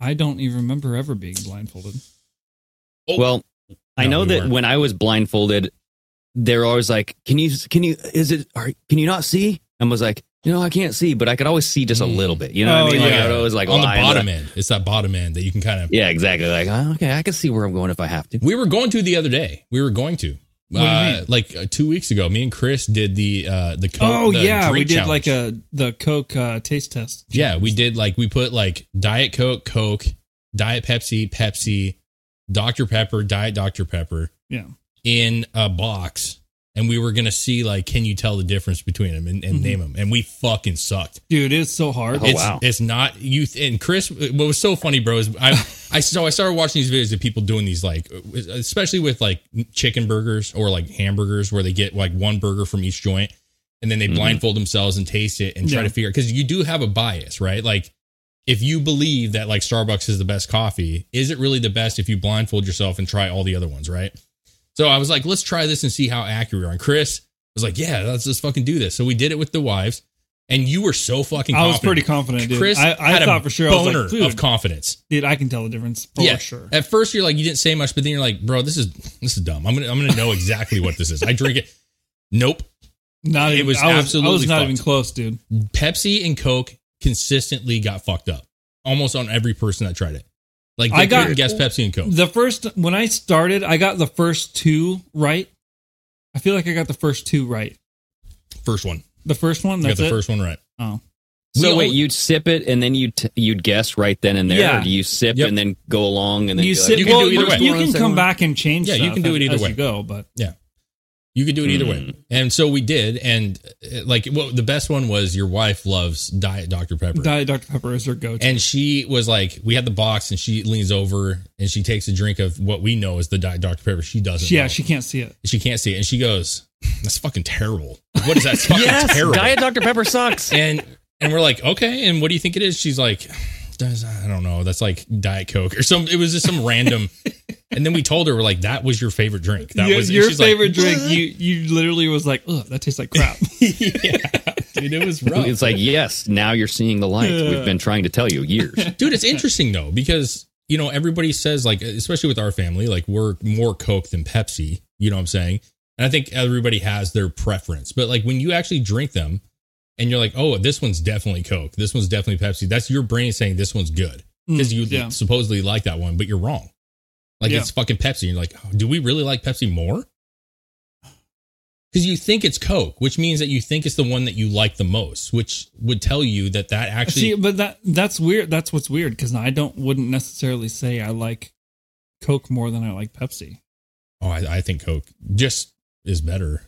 Speaker 5: I don't even remember ever being blindfolded
Speaker 4: Oh.
Speaker 3: Well, I
Speaker 4: No,
Speaker 3: know
Speaker 4: we
Speaker 3: that
Speaker 4: weren't.
Speaker 3: when I was blindfolded, they're always like, "Can you? Can you? Is it? Are, can you not see?" And was like, "No, I can't see, but I could always see just a little bit." You know
Speaker 5: Oh,
Speaker 3: what I mean? Like,
Speaker 5: yeah.
Speaker 3: I would always like
Speaker 4: Hmm. on the
Speaker 3: lie and be
Speaker 4: bottom
Speaker 3: like-
Speaker 4: end. It's that bottom end that you can kind of.
Speaker 3: Yeah, exactly. Like, oh, okay, I can see where I'm going if I have to.
Speaker 4: We were going to the other day. We were going to.
Speaker 5: What do you
Speaker 4: Uh,
Speaker 5: mean?
Speaker 4: Like uh, two weeks ago, me and Chris did the uh, the Coke-
Speaker 5: Oh
Speaker 4: the
Speaker 5: yeah, we
Speaker 4: drink
Speaker 5: did
Speaker 4: challenge.
Speaker 5: like a the Coke uh, taste test.
Speaker 4: Yeah, we did like we put like Diet Coke, Coke, Diet Pepsi, Pepsi, Dr Pepper, Diet Dr Pepper
Speaker 5: Yeah,
Speaker 4: in a box, and we were gonna see like can you tell the difference between them and, and name them, and we fucking sucked.
Speaker 5: dude, it's so hard.
Speaker 3: Oh,
Speaker 4: it's,
Speaker 3: wow.
Speaker 4: it's not you and Chris. What was so funny, bro, is I I so I started watching these videos of people doing these like, especially with like chicken burgers or like hamburgers, where they get like one burger from each joint, and then they
Speaker 5: Mm-hmm.
Speaker 4: blindfold themselves and taste it and try
Speaker 5: Yeah.
Speaker 4: to figure because you do have a bias, right? Like if you believe that like Starbucks is the best coffee, is it really the best if you blindfold yourself and try all the other ones, right? So I was like, let's try this and see how accurate we are. And Chris was like, yeah, let's just fucking do this. So we did it with the wives, and you were so fucking.
Speaker 5: I was
Speaker 4: confident.
Speaker 5: pretty confident, dude.
Speaker 4: Chris
Speaker 5: I, I
Speaker 4: had
Speaker 5: thought
Speaker 4: a
Speaker 5: for sure I was
Speaker 4: boner
Speaker 5: like, dude,
Speaker 4: of confidence.
Speaker 5: dude, I can tell the difference for
Speaker 4: yeah,
Speaker 5: sure.
Speaker 4: At first, you're like, you didn't say much, but then you're like, bro, this is this is dumb. I'm gonna I'm gonna know exactly what this is. I drink it. Nope.
Speaker 5: Not
Speaker 4: it
Speaker 5: even,
Speaker 4: was
Speaker 5: I was, I
Speaker 4: absolutely
Speaker 5: was not
Speaker 4: fucked.
Speaker 5: even close, dude.
Speaker 4: Pepsi and Coke consistently got fucked up, almost on every person that tried it. Like
Speaker 5: I
Speaker 4: I
Speaker 5: got-
Speaker 4: got guess Pepsi and Coke.
Speaker 5: The first when I started, I got the first two right. I feel like I got the first two right.
Speaker 4: First one,
Speaker 5: The first one,
Speaker 4: you got
Speaker 5: that's
Speaker 4: the
Speaker 5: it.
Speaker 4: first one right.
Speaker 5: oh,
Speaker 3: So
Speaker 4: We
Speaker 3: wait,
Speaker 4: all-
Speaker 3: you'd sip it and then you t- you'd guess right then and there.
Speaker 5: Yeah.
Speaker 3: Or do you sip
Speaker 4: Yep.
Speaker 3: and then go along and then
Speaker 5: you
Speaker 3: be
Speaker 5: sit.
Speaker 4: You
Speaker 3: like,
Speaker 4: can
Speaker 5: well,
Speaker 4: do either
Speaker 5: you,
Speaker 4: way.
Speaker 5: you can come back and change.
Speaker 4: Yeah, you
Speaker 5: stuff
Speaker 4: can do it
Speaker 5: as-
Speaker 4: either
Speaker 5: as
Speaker 4: way.
Speaker 5: You go, but
Speaker 4: Yeah. You could do it either way. And so we did. And uh, like, well, the best one was your wife loves Diet Dr. Pepper.
Speaker 5: Diet Dr Pepper is their go-to.
Speaker 4: and she was like, we had the box and she leans over and she takes a drink of what we know is the Diet Dr. Pepper. She doesn't.
Speaker 5: yeah,
Speaker 4: know.
Speaker 5: she can't see it.
Speaker 4: she can't see it. And she goes, that's fucking terrible. What is that? It's fucking terrible.
Speaker 3: Diet Dr Pepper sucks.
Speaker 4: and and we're like, okay, and what do you think it is? She's like, does I don't know. That's like Diet Coke or some. It was just some random. And then we told her we're like, that was your favorite drink. That
Speaker 5: your
Speaker 4: was and
Speaker 5: your
Speaker 4: she's like,
Speaker 5: favorite drink. You you literally was like, ugh, that tastes like crap.
Speaker 4: dude, it was rough.
Speaker 3: It's like yes, now you're seeing the light. We've been trying to tell you years.
Speaker 4: dude, it's interesting though because you know everybody says like, especially with our family, like we're more Coke than Pepsi. You know what I'm saying? And I think everybody has their preference, but like when you actually drink them, and you're like, oh, this one's definitely Coke. This one's definitely Pepsi. That's your brain saying this one's good. because you
Speaker 5: Mm, yeah.
Speaker 4: supposedly like that one, but you're wrong. Like
Speaker 5: Yeah.
Speaker 4: it's fucking Pepsi. You're like, oh, do we really like Pepsi more? Because you think it's Coke, which means that you think it's the one that you like the most, which would tell you that that actually.
Speaker 5: See, but that that's weird. That's what's weird because I don't wouldn't necessarily say I like Coke more than I like Pepsi.
Speaker 4: oh, I, I think Coke just is better.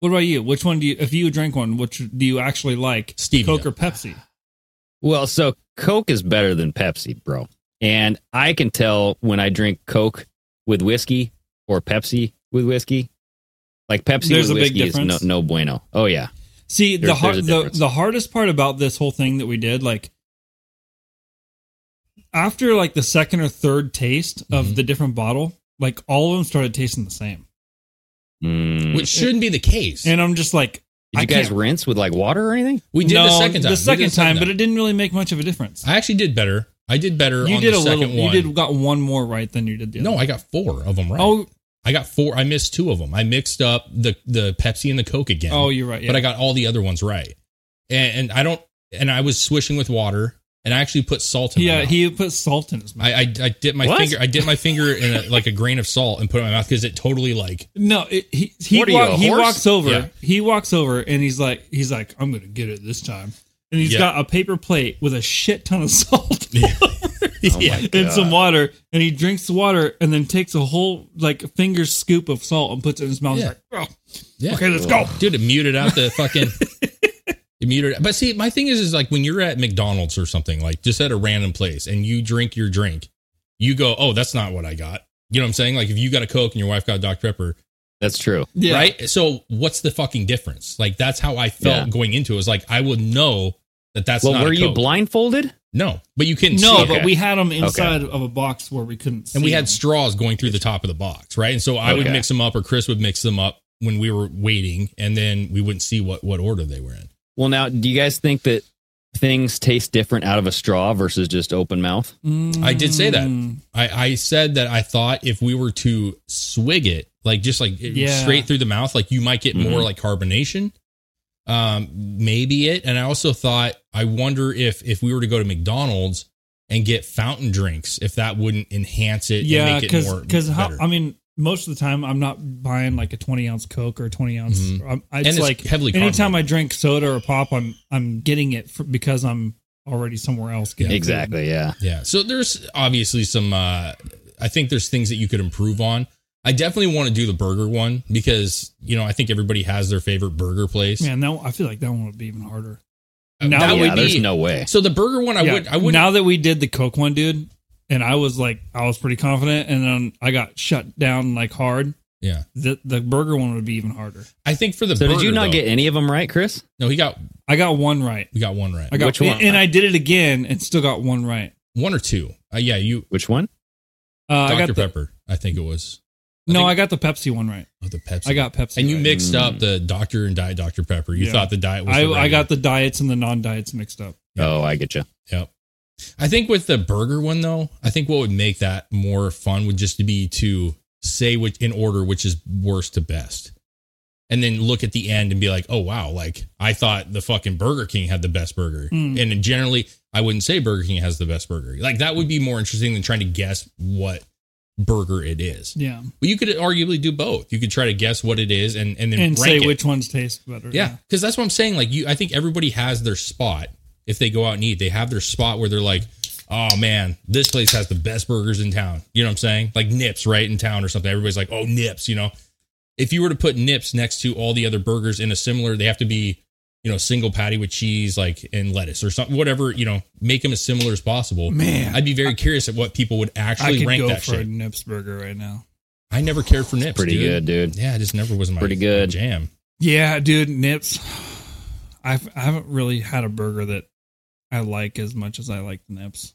Speaker 5: What about you? Which one do you? If you drink one, which do you actually like?
Speaker 4: Stevia.
Speaker 5: Coke or Pepsi?
Speaker 3: Well, so Coke is better than Pepsi, bro. And I can tell when I drink Coke with whiskey or Pepsi with whiskey. Like Pepsi
Speaker 5: There's
Speaker 3: with
Speaker 5: a big
Speaker 3: whiskey is no,
Speaker 5: difference.
Speaker 3: no bueno. Oh yeah.
Speaker 5: See, the
Speaker 3: There's-
Speaker 5: hard,
Speaker 3: there's a
Speaker 5: the,
Speaker 3: difference.
Speaker 5: the hardest part about this whole thing that we did, like after like the second or third
Speaker 4: Mm-hmm.
Speaker 5: taste of the different bottle, like all of them started tasting the same,
Speaker 3: Mm.
Speaker 4: Which shouldn't be the case.
Speaker 5: and I'm just like,
Speaker 3: Did
Speaker 5: I
Speaker 3: you guys
Speaker 5: can't-
Speaker 3: rinse with like water or anything?
Speaker 4: we did the
Speaker 5: No,
Speaker 4: second time.
Speaker 5: The
Speaker 4: We
Speaker 5: second
Speaker 4: did
Speaker 5: time, but it didn't really make much of a difference.
Speaker 4: I actually did better. I did better
Speaker 5: you
Speaker 4: on
Speaker 5: did
Speaker 4: the
Speaker 5: a
Speaker 4: second
Speaker 5: little.
Speaker 4: one.
Speaker 5: You did got one more right than you did the other.
Speaker 4: no, I got four of them right.
Speaker 5: Oh,
Speaker 4: I got four. I missed two of them. I mixed up the the Pepsi and the Coke again.
Speaker 5: Oh, you're right, yeah.
Speaker 4: But I got all the other ones right. And, and I don't. And I was swishing with water. And I actually put salt in. my
Speaker 5: yeah,
Speaker 4: mouth.
Speaker 5: he put salt in his mouth.
Speaker 4: I, I I dipped my
Speaker 3: What?
Speaker 4: finger. I dipped my finger in a, like a grain of salt and put it in my mouth because it totally like.
Speaker 5: no, it, he he,
Speaker 3: What are
Speaker 5: wa-
Speaker 3: you, a
Speaker 5: he
Speaker 3: horse?
Speaker 5: walks over.
Speaker 4: Yeah.
Speaker 5: He walks over and he's like, he's like, I'm gonna get it this time. And he's
Speaker 4: Yeah.
Speaker 5: got a paper plate with a shit ton of salt Oh
Speaker 4: yeah.
Speaker 5: and some water, and he drinks the water and then takes a whole like finger scoop of salt and puts it in his mouth. He's
Speaker 4: Yeah.
Speaker 5: like, "Oh."
Speaker 4: Yeah.
Speaker 5: Okay, let's go.
Speaker 4: dude. It muted out the fucking. it muted. But see, my thing is, is like when you're at McDonald's or something, like just at a random place, and you drink your drink, you go, "Oh, that's not what I got." You know what I'm saying? Like if you got a Coke and your wife got Dr Pepper,
Speaker 3: That's true.
Speaker 5: Yeah.
Speaker 4: right? So what's the fucking difference? Like that's how I felt
Speaker 3: Yeah.
Speaker 4: going into it. it. Was like I would know that that's
Speaker 3: well,
Speaker 4: not.
Speaker 3: were
Speaker 4: a
Speaker 3: you
Speaker 4: Coke.
Speaker 3: blindfolded?
Speaker 4: No, but you couldn't.
Speaker 5: No,
Speaker 4: see it.
Speaker 5: but
Speaker 3: Okay.
Speaker 5: we had them inside of a box where we couldn't.
Speaker 4: and we
Speaker 5: see
Speaker 4: had
Speaker 5: 'em.
Speaker 4: straws going through the top of the box, right? And so I would
Speaker 3: Okay.
Speaker 4: mix them up, or Chris would mix them up when we were waiting, and then we wouldn't see what what order they were in.
Speaker 3: Well, now do you guys think that things taste different out of a straw versus just open mouth?
Speaker 4: I did say that.
Speaker 5: Mm.
Speaker 4: I, I said that I thought if we were to swig it, like just like it-
Speaker 5: Yeah.
Speaker 4: straight through the mouth, like you might get more
Speaker 3: Mhm.
Speaker 4: like carbonation. Um, maybe it. And I also thought, I wonder if if we were to go to McDonald's and get fountain drinks, if that wouldn't enhance it.
Speaker 5: yeah
Speaker 4: and make it
Speaker 5: because
Speaker 4: more
Speaker 5: because
Speaker 4: better.
Speaker 5: i mean most of the time i'm not buying like a 20 ounce coke or a 20 ounce I'm, it's,
Speaker 4: Mm-hmm. it's
Speaker 5: like
Speaker 4: heavily
Speaker 5: anytime
Speaker 4: carbonated.
Speaker 5: i drink soda or pop i'm i'm getting it for, because i'm already somewhere else getting
Speaker 3: exactly. Yeah.
Speaker 4: Yeah. So there's obviously some. Uh, I think there's things that you could improve on. I definitely want to do the burger one because you know I think everybody has their favorite burger place.
Speaker 5: food. man that i feel like that one would be even harder
Speaker 4: Uh,
Speaker 5: now
Speaker 4: that
Speaker 5: we-
Speaker 4: would
Speaker 3: Oh, yeah. There's
Speaker 4: be-
Speaker 3: no way.
Speaker 4: So the burger one, I
Speaker 5: Yeah,
Speaker 4: would, I would.
Speaker 5: now that we did the coke one dude and i was like i was pretty confident and then i got shut down like hard
Speaker 4: yeah.
Speaker 5: the, the burger one would be even harder
Speaker 4: I think for the
Speaker 3: So did you
Speaker 4: burger,
Speaker 3: not
Speaker 4: though-
Speaker 3: get any of them right, Chris?
Speaker 4: No, he got.
Speaker 5: i got one right
Speaker 4: We got one right.
Speaker 5: i got
Speaker 3: Which one?
Speaker 5: and i did it again and still got one right
Speaker 4: one or two. Uh, yeah, you.
Speaker 3: Which one?
Speaker 5: uh, i
Speaker 4: Dr
Speaker 5: got the,
Speaker 4: Pepper. I think it was.
Speaker 5: no
Speaker 4: think-
Speaker 5: i got the pepsi one right
Speaker 4: Oh, the Pepsi.
Speaker 5: I got Pepsi.
Speaker 4: And you
Speaker 5: right.
Speaker 4: mixed
Speaker 3: Mm.
Speaker 4: up the Doctor and Diet Dr Pepper. You
Speaker 5: Yeah.
Speaker 4: thought the diet was.
Speaker 5: I,
Speaker 4: the
Speaker 5: I
Speaker 4: regular.
Speaker 5: got the diets and the non diets mixed up.
Speaker 3: Oh, I get you.
Speaker 4: Yep. I think with the burger one though, I think what would make that more fun would just be to say which in order which is worst to best. And then look at the end and be like, "Oh wow, like I thought the fucking Burger King had the best burger."
Speaker 5: Mm.
Speaker 4: And generally, I wouldn't say Burger King has the best burger. Like that would be more interesting than trying to guess what burger it is.
Speaker 5: Yeah.
Speaker 4: But you could arguably do both. You could try to guess what it is and and then
Speaker 5: And say
Speaker 4: rank it.
Speaker 5: which ones taste better.
Speaker 4: Yeah, because that's what I'm saying. Like you, I think everybody has their spot. If they go out and eat, they have their spot where they're like, "Oh man, this place has the best burgers in town." You know what I'm saying? Like Nips, right in town or something. Everybody's like, "Oh Nips," you know. if you were to put nips next to all the other burgers in a similar, they have to be, you know, single patty with cheese, like and lettuce or something, whatever, you know, make them as similar as possible.
Speaker 5: Man.
Speaker 4: I'd be very curious at what people would
Speaker 5: I
Speaker 4: actually
Speaker 5: could
Speaker 4: rank
Speaker 5: go
Speaker 4: that
Speaker 5: for a
Speaker 4: shit.
Speaker 5: Nips burger right now.
Speaker 4: I never cared for nips.
Speaker 3: Pretty
Speaker 4: dude.
Speaker 3: good, dude.
Speaker 4: Yeah, it just never was my
Speaker 3: Pretty good.
Speaker 4: jam.
Speaker 5: Yeah, dude, Nips. I've I haven't really had a burger that I like as much as I like the Nips.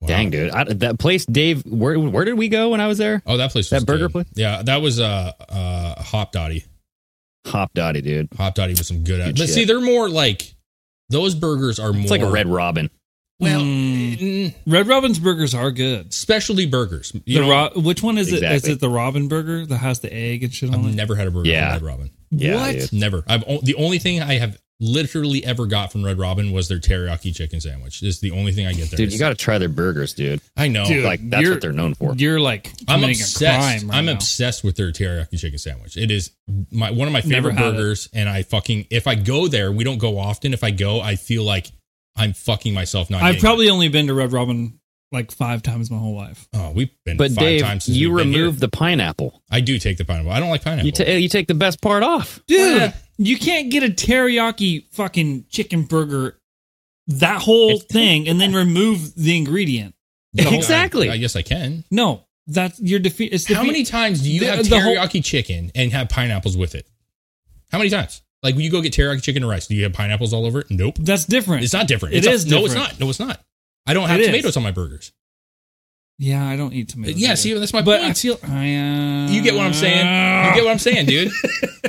Speaker 4: Wow.
Speaker 3: Dang, dude. I, that place, Dave. Where where did we go when I was there?
Speaker 4: Oh, that place.
Speaker 3: That
Speaker 4: was
Speaker 3: burger
Speaker 4: good.
Speaker 3: place?
Speaker 4: Yeah, that was uh uh Hop Dotty.
Speaker 3: Hop Dotty, dude.
Speaker 4: Hop Dotty was some good. at
Speaker 3: Good
Speaker 4: but
Speaker 3: shit.
Speaker 4: see, they're more like those burgers are more
Speaker 3: It's like a Red Robin.
Speaker 4: Well,
Speaker 5: Mm.
Speaker 4: mm,
Speaker 5: Red Robin's burgers are good.
Speaker 4: specialty burgers. You
Speaker 5: The
Speaker 4: know,
Speaker 5: Ro- which one is it? Is
Speaker 3: Exactly.
Speaker 5: it the Robin burger that has the egg and shit
Speaker 4: I've
Speaker 5: on it?
Speaker 4: never had a burger
Speaker 3: Yeah.
Speaker 4: from Red Robin.
Speaker 3: Yeah,
Speaker 5: what?
Speaker 3: dude.
Speaker 4: Never. I've o- the only thing I have literally ever got from Red Robin was their teriyaki chicken sandwich. This is the only thing I get there.
Speaker 3: Dude, you got to try their burgers, dude.
Speaker 4: I know.
Speaker 5: Dude,
Speaker 3: like that's
Speaker 5: you're-
Speaker 3: what they're known for.
Speaker 5: You're like
Speaker 4: I'm
Speaker 5: committing a
Speaker 4: obsessed.
Speaker 5: crime right
Speaker 4: I'm
Speaker 5: now.
Speaker 4: obsessed with their teriyaki chicken sandwich. It is my one of my
Speaker 5: Never
Speaker 4: favorite
Speaker 5: had it.
Speaker 4: burgers, and I fucking if I go there, we don't go often. If I go, I feel like I'm fucking myself. Not
Speaker 5: I've
Speaker 4: getting
Speaker 5: probably only been to Red Robin like five times my whole life.
Speaker 4: it. Oh, we've been.
Speaker 3: But
Speaker 4: five
Speaker 3: Dave,
Speaker 4: times since
Speaker 3: you
Speaker 4: we've been here.
Speaker 3: remove the pineapple.
Speaker 4: I do take the pineapple. I don't like pineapple.
Speaker 3: You, ta- you take the best part off.
Speaker 5: Dude, you can't get a teriyaki fucking chicken burger, that whole thing, and then remove the ingredient.
Speaker 4: No, I-
Speaker 3: Exactly.
Speaker 4: I, guess I can.
Speaker 5: No, that's your defeat. It's defeat.
Speaker 4: How many times do you
Speaker 5: The-
Speaker 4: have
Speaker 5: the whole-
Speaker 4: teriyaki chicken and have pineapples with it? How many times? Like when you go get teriyaki chicken and rice, do you have pineapples all over it? Nope.
Speaker 5: That's different.
Speaker 4: It's not different.
Speaker 5: It
Speaker 4: It's
Speaker 5: is
Speaker 4: a, no, it's
Speaker 5: different.
Speaker 4: not. No, it's not. I don't have
Speaker 5: It is.
Speaker 4: tomatoes on my burgers.
Speaker 5: yeah, I don't eat tomatoes.
Speaker 4: Yeah,
Speaker 5: either.
Speaker 4: see, that's my
Speaker 5: but
Speaker 4: point.
Speaker 5: I feel. I, uh, Ah,
Speaker 4: You get what I'm saying? You get what I'm saying, dude.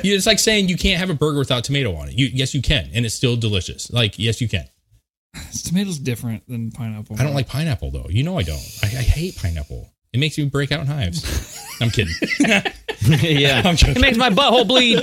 Speaker 4: You- it's like saying you can't have a burger without tomato on it. You, yes, you can, and it's still delicious. Like, yes, you can.
Speaker 5: Tomatoes different than pineapple.
Speaker 4: I don't like pineapple though. You know I don't. I, I hate pineapple. It makes me break out in hives. I'm kidding.
Speaker 3: yeah,
Speaker 4: I'm joking.
Speaker 3: it makes my butthole bleed.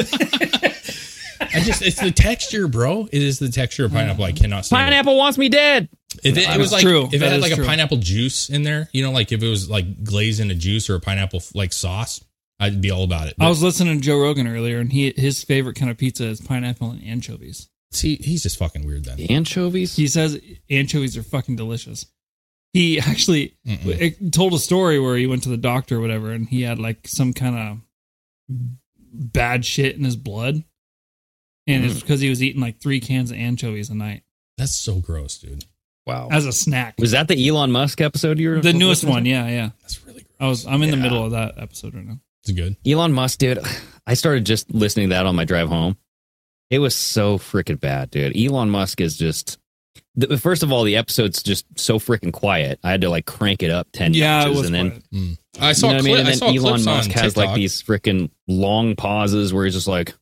Speaker 4: I just it's the texture, bro. It is the texture of pineapple. I cannot stand. it.
Speaker 3: pineapple wants me dead.
Speaker 4: If it, it was
Speaker 5: That's
Speaker 4: like
Speaker 5: true.
Speaker 4: if it
Speaker 5: That
Speaker 4: had
Speaker 5: is
Speaker 4: like
Speaker 5: true.
Speaker 4: a pineapple juice in there, you know, like if it was like glazed in a juice or a pineapple like sauce, I'd be all about it.
Speaker 5: I was listening to Joe Rogan earlier, and he his favorite kind of pizza is pineapple and anchovies.
Speaker 4: see, he's just fucking weird then.
Speaker 3: The anchovies.
Speaker 5: He says anchovies are fucking delicious. He actually
Speaker 4: Mm-mm.
Speaker 5: it told a story where he went to the doctor or whatever, and he had like some kind of bad shit in his blood, and
Speaker 3: Mm.
Speaker 5: it's because he was eating like three cans of anchovies a night
Speaker 4: That's so gross, dude.
Speaker 3: Wow.
Speaker 5: as a snack.
Speaker 3: Was that the Elon Musk episode you were
Speaker 5: The newest
Speaker 3: listening
Speaker 5: one, yeah, yeah.
Speaker 4: That's really gross.
Speaker 5: I was I'm in the
Speaker 3: Yeah.
Speaker 5: middle of that episode right now.
Speaker 4: It's good.
Speaker 3: to? Elon Musk, dude. I started just listening to that on my drive home. It was so freaking bad, dude. Elon Musk is just. The, first of all, the episode's just so freaking quiet. I had to like crank it up ten
Speaker 5: Yeah, it
Speaker 3: notches,
Speaker 5: was.
Speaker 3: and then
Speaker 5: quiet.
Speaker 4: I saw
Speaker 3: you know
Speaker 4: a
Speaker 3: what I mean?
Speaker 4: clip. I,
Speaker 3: And
Speaker 4: saw
Speaker 3: then Elon
Speaker 4: clips on
Speaker 3: Musk has
Speaker 4: TikTok.
Speaker 3: like these freaking long pauses where he's just like,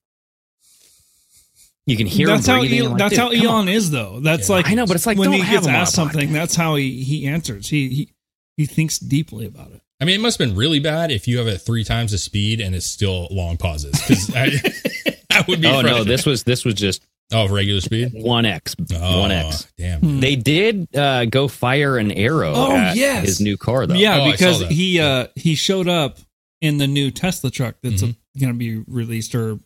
Speaker 3: you can hear
Speaker 5: that's
Speaker 3: him
Speaker 5: how
Speaker 3: breathing.
Speaker 5: El-
Speaker 3: I'm like,
Speaker 5: that's
Speaker 3: dude,
Speaker 5: how
Speaker 3: come
Speaker 5: Elon
Speaker 3: on.
Speaker 5: is though. That's
Speaker 4: Yeah.
Speaker 5: like
Speaker 3: I know, but it's like,
Speaker 5: when
Speaker 3: don't
Speaker 5: he
Speaker 3: have
Speaker 5: gets
Speaker 3: him on
Speaker 5: asked
Speaker 3: a podcast.
Speaker 5: something, that's how he he answers. He he he thinks deeply about it.
Speaker 4: I mean, it must have been really bad if you have it three times the speed and it's still long pauses. Because I, I would be.
Speaker 3: Oh no,
Speaker 4: frustrated.
Speaker 3: this was this was just
Speaker 4: Oh, regular speed.
Speaker 3: one X,
Speaker 4: Oh,
Speaker 3: one X.
Speaker 4: Damn.
Speaker 5: Hmm.
Speaker 3: They did uh, go fire an arrow.
Speaker 5: Oh,
Speaker 3: at
Speaker 5: yes.
Speaker 3: his new car though.
Speaker 4: Oh, I
Speaker 5: Yeah,
Speaker 4: saw
Speaker 5: because
Speaker 4: that.
Speaker 5: he uh he showed up in the new Tesla truck that's uh
Speaker 4: Mm-hmm.
Speaker 5: going to be released or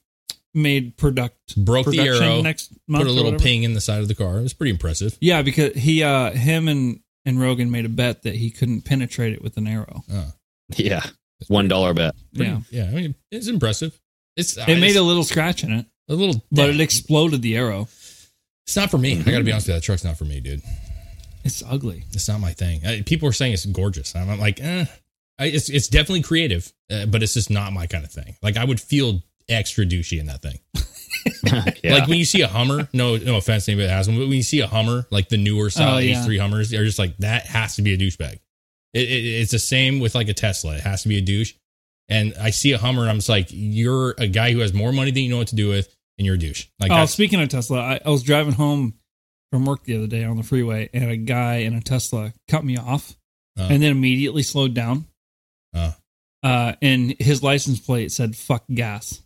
Speaker 5: made product
Speaker 4: Broke the
Speaker 5: production
Speaker 4: arrow.
Speaker 5: next month.
Speaker 4: Put a
Speaker 5: or
Speaker 4: little
Speaker 5: whatever.
Speaker 4: ping in the side of the car. It was pretty impressive.
Speaker 5: Yeah, because he uh him and and Rogan made a bet that he couldn't penetrate it with an arrow.
Speaker 3: yeah, one dollar bet.
Speaker 5: yeah,
Speaker 4: Yeah, I mean, it's impressive. It's
Speaker 5: it made a little scratch in it,
Speaker 4: a little,
Speaker 5: but it exploded the arrow.
Speaker 4: it's not for me. I got
Speaker 3: Mm-hmm.
Speaker 4: to be honest with you. That truck's not for me, dude.
Speaker 5: It's ugly.
Speaker 4: It's not my thing. I, people are saying it's gorgeous. I'm, I'm like, eh. I, it's it's definitely creative, uh, but it's just not my kind of thing. Like I would feel extra douchey in that thing.
Speaker 3: Yeah.
Speaker 4: Like when you see a Hummer, no no offense to anybody that has one, but when you see a Hummer, like the newer style
Speaker 5: Oh, yeah.
Speaker 4: H3 Hummers, they're just like that has to be a douchebag. It, it, it's the same with like a Tesla. It has to be a douche. And I see a Hummer, and I'm just like, you're a guy who has more money than you know what to do with, and you're a douche. Like
Speaker 5: oh,
Speaker 4: that's
Speaker 5: speaking of Tesla, I, I was driving home from work the other day on the freeway, and a guy in a Tesla cut me off,
Speaker 4: Uh.
Speaker 5: and then immediately slowed down.
Speaker 4: Uh.
Speaker 5: Uh, and his license plate said "fuck gas,"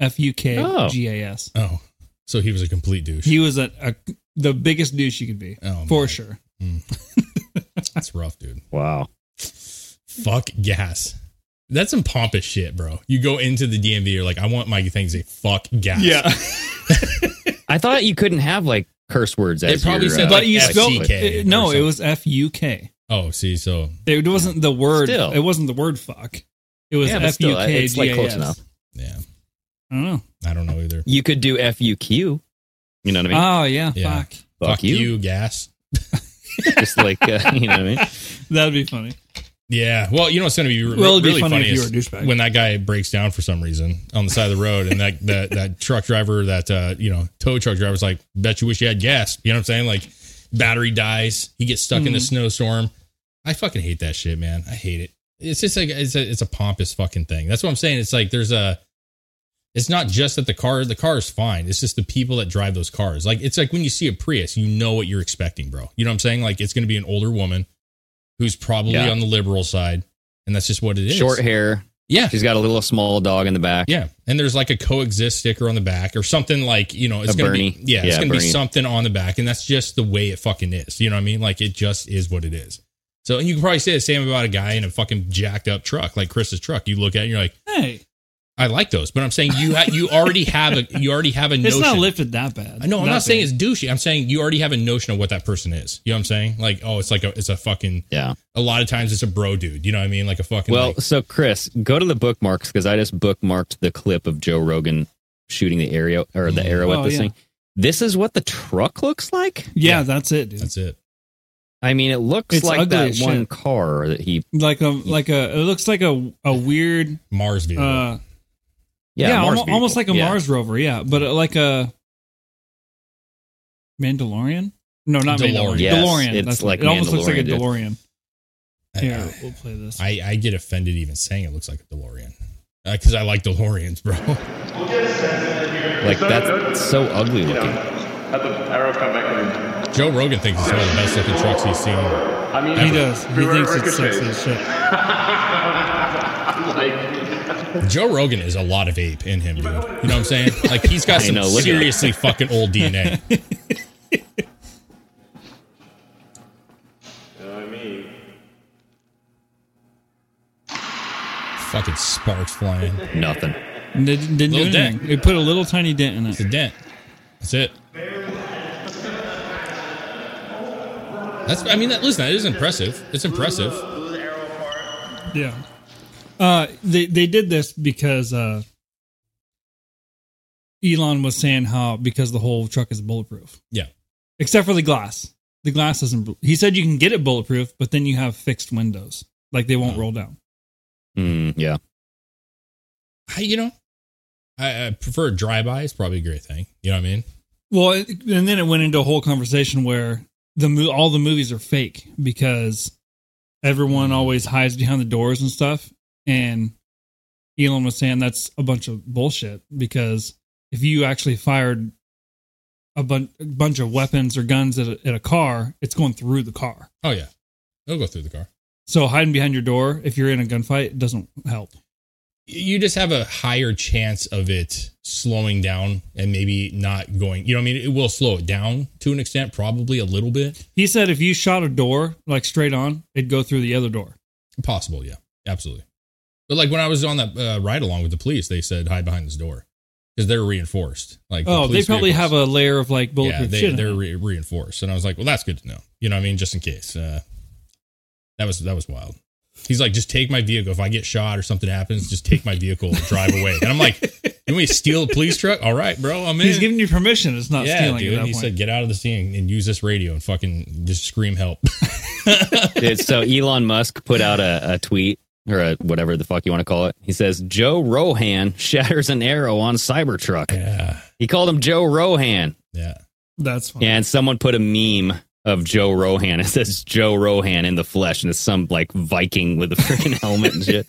Speaker 5: F U K G A S.
Speaker 4: oh, so he was a complete douche.
Speaker 5: He was a, a the biggest douche you could be
Speaker 4: Oh,
Speaker 5: for
Speaker 4: man.
Speaker 5: sure.
Speaker 4: That's rough, dude.
Speaker 3: wow.
Speaker 4: fuck gas. That's some pompous shit, bro. You go into the DMV, you're like, I want my thing to say fuck gas.
Speaker 3: I thought you couldn't have like curse words.
Speaker 4: They
Speaker 3: as
Speaker 4: probably
Speaker 3: your,
Speaker 4: said,
Speaker 3: uh,
Speaker 4: like,
Speaker 5: but you
Speaker 4: F-
Speaker 5: spelled
Speaker 4: FCK
Speaker 5: it, no.
Speaker 4: or
Speaker 5: It was F U K.
Speaker 4: Oh, see, so
Speaker 5: It wasn't the word.
Speaker 3: Still.
Speaker 5: It wasn't the word fuck. It was
Speaker 3: Yeah, but
Speaker 5: F U
Speaker 3: still,
Speaker 5: K.
Speaker 3: it's, like, close
Speaker 5: GAS.
Speaker 3: enough.
Speaker 4: Yeah.
Speaker 5: I don't know.
Speaker 4: I don't know either.
Speaker 3: You could do FUQ. You know what I mean?
Speaker 5: Oh yeah,
Speaker 4: Yeah.
Speaker 5: fuck.
Speaker 3: Fuck you.
Speaker 4: gas.
Speaker 3: Just like, uh, you know what I mean?
Speaker 5: That'd be funny.
Speaker 4: Yeah. Well, you know what's going to be re-
Speaker 5: Well, it'd be
Speaker 4: really
Speaker 5: funny
Speaker 4: funny
Speaker 5: if you
Speaker 4: is
Speaker 5: were a douchebag.
Speaker 4: when that guy breaks down for some reason on the side of the road, and that that, that truck driver, that uh, you know tow truck driver's like, "Bet you wish you had gas." You know what I'm saying? Like, battery dies, he gets stuck in
Speaker 5: Mm.
Speaker 4: the snowstorm. I fucking hate that shit, man. I hate it. It's just like it's a it's a pompous fucking thing. That's what I'm saying. It's like there's a. It's not just that the car the car is fine. It's just the people that drive those cars. Like it's like when you see a Prius, you know what you're expecting, bro. You know what I'm saying? Like it's going to be an older woman who's probably
Speaker 3: Yeah.
Speaker 4: on the liberal side, and that's just what it is.
Speaker 3: Short hair.
Speaker 4: yeah,
Speaker 3: She's got a little small dog in the back.
Speaker 4: yeah. And there's like a coexist sticker on the back or something like, you know, it's
Speaker 3: A
Speaker 4: going to be,
Speaker 3: Bernie.
Speaker 4: yeah, it's
Speaker 3: Yeah,
Speaker 4: going to be
Speaker 3: Bernie.
Speaker 4: something on the back. And that's just the way it fucking is. You know what I mean? Like it just is what it is. So, and you can probably say the same about a guy in a fucking jacked up truck, like Chris's truck. You look at it and you're like,
Speaker 5: Hey,
Speaker 4: I like those, but I'm saying you, ha- you already have a, you already have a notion.
Speaker 5: it's not lifted that bad.
Speaker 4: No, I'm
Speaker 5: That
Speaker 4: not saying
Speaker 5: bad.
Speaker 4: it's douchey. I'm saying you already have a notion of what that person is. You know what I'm saying? Like, oh, it's like a, it's a fucking,
Speaker 3: Yeah.
Speaker 4: a lot of times it's a bro dude. You know what I mean? Like a fucking,
Speaker 3: Well,
Speaker 4: like-
Speaker 3: so Chris, go to the bookmarks because I just bookmarked the clip of Joe Rogan shooting the arrow or the arrow
Speaker 5: Oh,
Speaker 3: at this
Speaker 5: yeah.
Speaker 3: thing. This is what the truck looks like.
Speaker 5: Yeah, that's it, dude.
Speaker 4: that's it.
Speaker 3: I mean, it looks
Speaker 5: It's
Speaker 3: like
Speaker 5: ugly
Speaker 3: that
Speaker 5: as
Speaker 3: one
Speaker 5: shit.
Speaker 3: car that he.
Speaker 5: like a like a. It looks like a a weird.
Speaker 4: Mars vehicle.
Speaker 5: Uh,
Speaker 3: Yeah,
Speaker 5: yeah,
Speaker 3: Mars
Speaker 5: almo- almost,
Speaker 3: vehicle.
Speaker 5: like a
Speaker 3: Yeah.
Speaker 5: Mars rover. Yeah, but uh, like a Mandalorian. No, not
Speaker 4: DeLorean.
Speaker 5: Mandalorian.
Speaker 3: Yes,
Speaker 5: DeLorean.
Speaker 3: it's
Speaker 5: That's
Speaker 3: like
Speaker 5: it. Almost looks like a
Speaker 3: Mandalorian, dude.
Speaker 5: DeLorean.
Speaker 4: I-
Speaker 5: Here, we'll play this.
Speaker 4: I, I get offended even saying it looks like a DeLorean because I like DeLoreans, bro.
Speaker 3: Like that's so ugly looking.
Speaker 6: Had the arrow come back
Speaker 4: Joe Rogan thinks it's one of the best looking trucks he's seen. I
Speaker 6: in. I mean,
Speaker 5: He does. He
Speaker 6: Beware
Speaker 5: thinks
Speaker 6: of
Speaker 5: it's sexy
Speaker 6: ricochets.
Speaker 5: as shit.
Speaker 4: Joe Rogan is a lot of ape in him, dude. You know what I'm saying? Like he's got
Speaker 3: I
Speaker 4: some
Speaker 3: know, look at
Speaker 4: seriously fucking old DNA. Fucking sparks flying.
Speaker 3: Nothing.
Speaker 5: And they didn't, didn't do
Speaker 4: Little dent.
Speaker 5: anything. It put a little tiny dent in
Speaker 4: It's a
Speaker 5: it.
Speaker 4: dent. That's it. That's. I mean, that, listen, that is impressive. It's impressive.
Speaker 5: Yeah. Uh, they they did this because uh, Elon was saying how because the whole truck is bulletproof
Speaker 4: Yeah.
Speaker 5: except for the glass. The glass isn't. bu- He said you can get it bulletproof, but then you have fixed windows, like they won't roll down.
Speaker 3: Mm, yeah.
Speaker 4: I, you know, I, I prefer dry by. It's probably a great thing. You know what I mean?
Speaker 5: Well, it, and then it went into a whole conversation where the mo- all the movies are fake because everyone always hides behind the doors and stuff. And Elon was saying that's a bunch of bullshit because if you actually fired a, bun- a bunch of weapons or guns at a, at a car, it's going through the car.
Speaker 4: Oh yeah, it'll go through the car.
Speaker 5: So hiding behind your door if you're in a gunfight it doesn't help.
Speaker 4: You just have a higher chance of it slowing down and maybe not going. You know what I mean? It will slow it down to an extent, probably a little bit.
Speaker 5: He said if you shot a door like straight on, it'd go through the other door.
Speaker 4: Possible, yeah, absolutely. But like when I was on that uh, ride along with the police, they said hide behind this door because they're reinforced. Like the
Speaker 5: Oh, they
Speaker 4: police
Speaker 5: probably
Speaker 4: vehicles.
Speaker 5: have a layer of like bulletproof
Speaker 4: yeah,
Speaker 5: shit.
Speaker 4: they,
Speaker 5: in
Speaker 4: they're
Speaker 5: it.
Speaker 4: re- reinforced. And I was like, well, that's good to know. You know what I mean? Just in case. Uh, that was that was wild. He's like, just take my vehicle. If I get shot or something happens, just take my vehicle and drive away. And I'm like, you want me to steal a police truck? All right, bro. I'm in.
Speaker 5: He's giving you permission. It's not
Speaker 4: yeah,
Speaker 5: stealing
Speaker 4: dude.
Speaker 5: at that
Speaker 4: he
Speaker 5: point.
Speaker 4: said, get out of the scene and use this radio and fucking just scream help.
Speaker 3: Dude, so Elon Musk put out a, a tweet or a, whatever the fuck you want to call it. He says Joe Rohan shatters an arrow on Cybertruck.
Speaker 4: yeah,
Speaker 3: He called him Joe Rohan.
Speaker 4: yeah.
Speaker 5: That's fine.
Speaker 3: And someone put a meme of Joe Rohan. It says Joe Rohan in the flesh, and it's some like Viking with a freaking helmet and shit.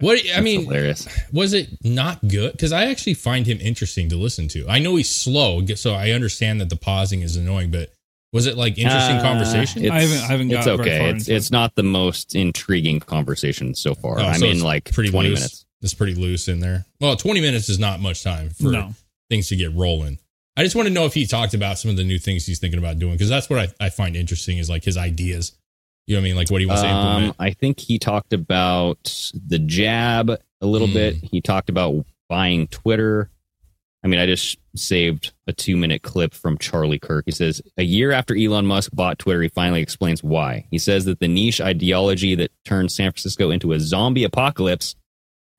Speaker 4: What I mean,
Speaker 3: Hilarious.
Speaker 4: was it not good? Because I actually find him interesting to listen to. I know he's slow, so I understand that the pausing is annoying. But was it like interesting
Speaker 3: Uh,
Speaker 4: conversation?
Speaker 3: it's-
Speaker 5: I haven't- I haven't
Speaker 3: It's
Speaker 5: got very
Speaker 3: okay.
Speaker 5: far
Speaker 3: it's
Speaker 5: into it.
Speaker 3: it's not the most intriguing conversation so far.
Speaker 4: Oh,
Speaker 3: I'm
Speaker 4: so
Speaker 3: in
Speaker 4: it's
Speaker 3: like 20
Speaker 4: loose.
Speaker 3: minutes.
Speaker 4: It's pretty loose in there. Well, 20 minutes is not much time for
Speaker 5: No.
Speaker 4: things to get rolling. I just want to know if he talked about some of the new things he's thinking about doing because that's what I, I find interesting is like his ideas. You know what I mean? Like what he wants to
Speaker 3: Um,
Speaker 4: implement.
Speaker 3: I think he talked about the jab a little
Speaker 4: Hmm.
Speaker 3: bit. He talked about buying Twitter. I mean, I just saved a two minute clip from Charlie Kirk. He says, A year after Elon Musk bought Twitter, he finally explains why. He says that the niche ideology that turned San Francisco into a zombie apocalypse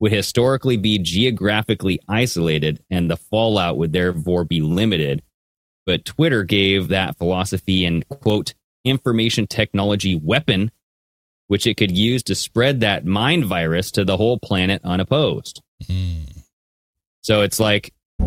Speaker 3: would historically be geographically isolated and the fallout would therefore be limited. But Twitter gave that philosophy an quote, information technology weapon, which it could use to spread that mind virus to the whole planet unopposed.
Speaker 5: Hmm.
Speaker 3: So it's like,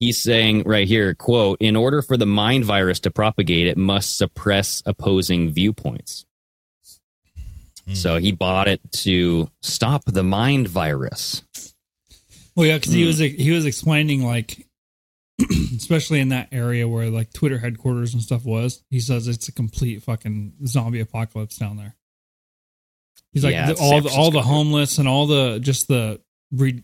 Speaker 3: he's saying right here quote in order for the mind virus to propagate it must suppress opposing viewpoints
Speaker 5: Hmm.
Speaker 3: so he bought it to stop the mind virus
Speaker 5: Well, yeah, because
Speaker 4: Hmm.
Speaker 5: he was he was explaining like, especially in that area where like Twitter headquarters and stuff was. He says it's a complete fucking zombie apocalypse down there. He's like
Speaker 3: Yeah,
Speaker 5: the-
Speaker 3: it's
Speaker 5: all
Speaker 3: San
Speaker 5: the, all the
Speaker 3: Francisco.
Speaker 5: homeless and all the just the re-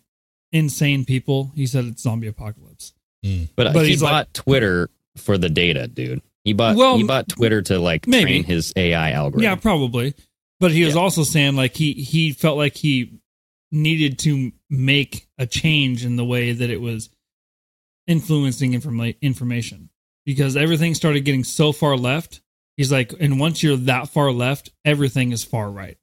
Speaker 5: insane people. He said it's zombie apocalypse.
Speaker 3: but,
Speaker 5: But
Speaker 3: he
Speaker 5: he's
Speaker 3: bought
Speaker 5: like-
Speaker 3: twitter for the data dude he bought
Speaker 5: Well,
Speaker 3: he bought twitter to like
Speaker 5: maybe.
Speaker 3: train his ai algorithm
Speaker 5: Yeah, probably. But he was
Speaker 3: Yeah.
Speaker 5: also saying like he he felt like he needed to make a change in the way that it was influencing informa- information because everything started getting so far left. He's like, and once you're that far left, everything is far right.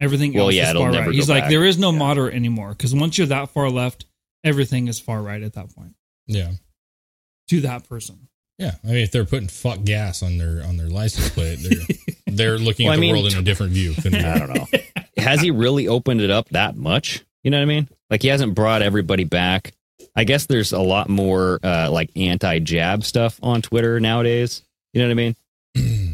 Speaker 5: Everything
Speaker 3: Well,
Speaker 5: else
Speaker 3: yeah,
Speaker 5: is
Speaker 3: it'll
Speaker 5: far
Speaker 3: never
Speaker 5: right.
Speaker 3: go
Speaker 5: He's like,
Speaker 3: back.
Speaker 5: there is no
Speaker 3: Yeah.
Speaker 5: moderate anymore because once you're that far left, everything is far right at that point
Speaker 4: Yeah.
Speaker 5: to that person.
Speaker 4: Yeah. I mean, if they're putting fuck gas on their on their license plate, they're they're looking
Speaker 3: Well,
Speaker 4: at
Speaker 3: I
Speaker 4: the
Speaker 3: mean,
Speaker 4: world in a different view than we
Speaker 3: I
Speaker 4: are.
Speaker 3: don't know. Has he really opened it up that much? You know what I mean? Like he hasn't brought everybody back. I guess there's a lot more uh, like anti-jab stuff on Twitter nowadays. You know what I mean?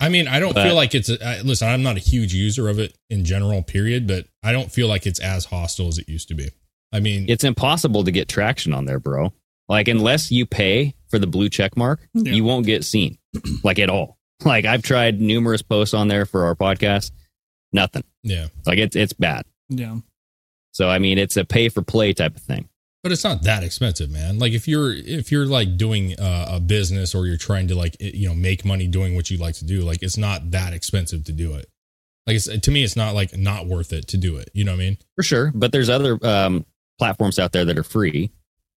Speaker 4: I mean, I don't
Speaker 3: But-
Speaker 4: feel like it's. A, I, listen, I'm not a huge user of it in general, period. But I don't feel like it's as hostile as it used to be. I mean,
Speaker 3: It's impossible to get traction on there, bro. Like unless you pay for the blue check mark,
Speaker 5: Yeah.
Speaker 3: you won't get seen like at all. Like I've tried numerous posts on there for our podcast, nothing.
Speaker 4: yeah,
Speaker 3: Like it's it's bad.
Speaker 5: Yeah.
Speaker 3: So I mean, it's a pay for play type of thing.
Speaker 4: but it's not that expensive, man. Like if you're if you're like doing uh, a business or you're trying to like i- you know make money doing what you like to do, like it's not that expensive to do it. Like it's, to me, it's not like not worth it to do it. You know what I mean?
Speaker 3: for sure. But there's other um, platforms out there that are free.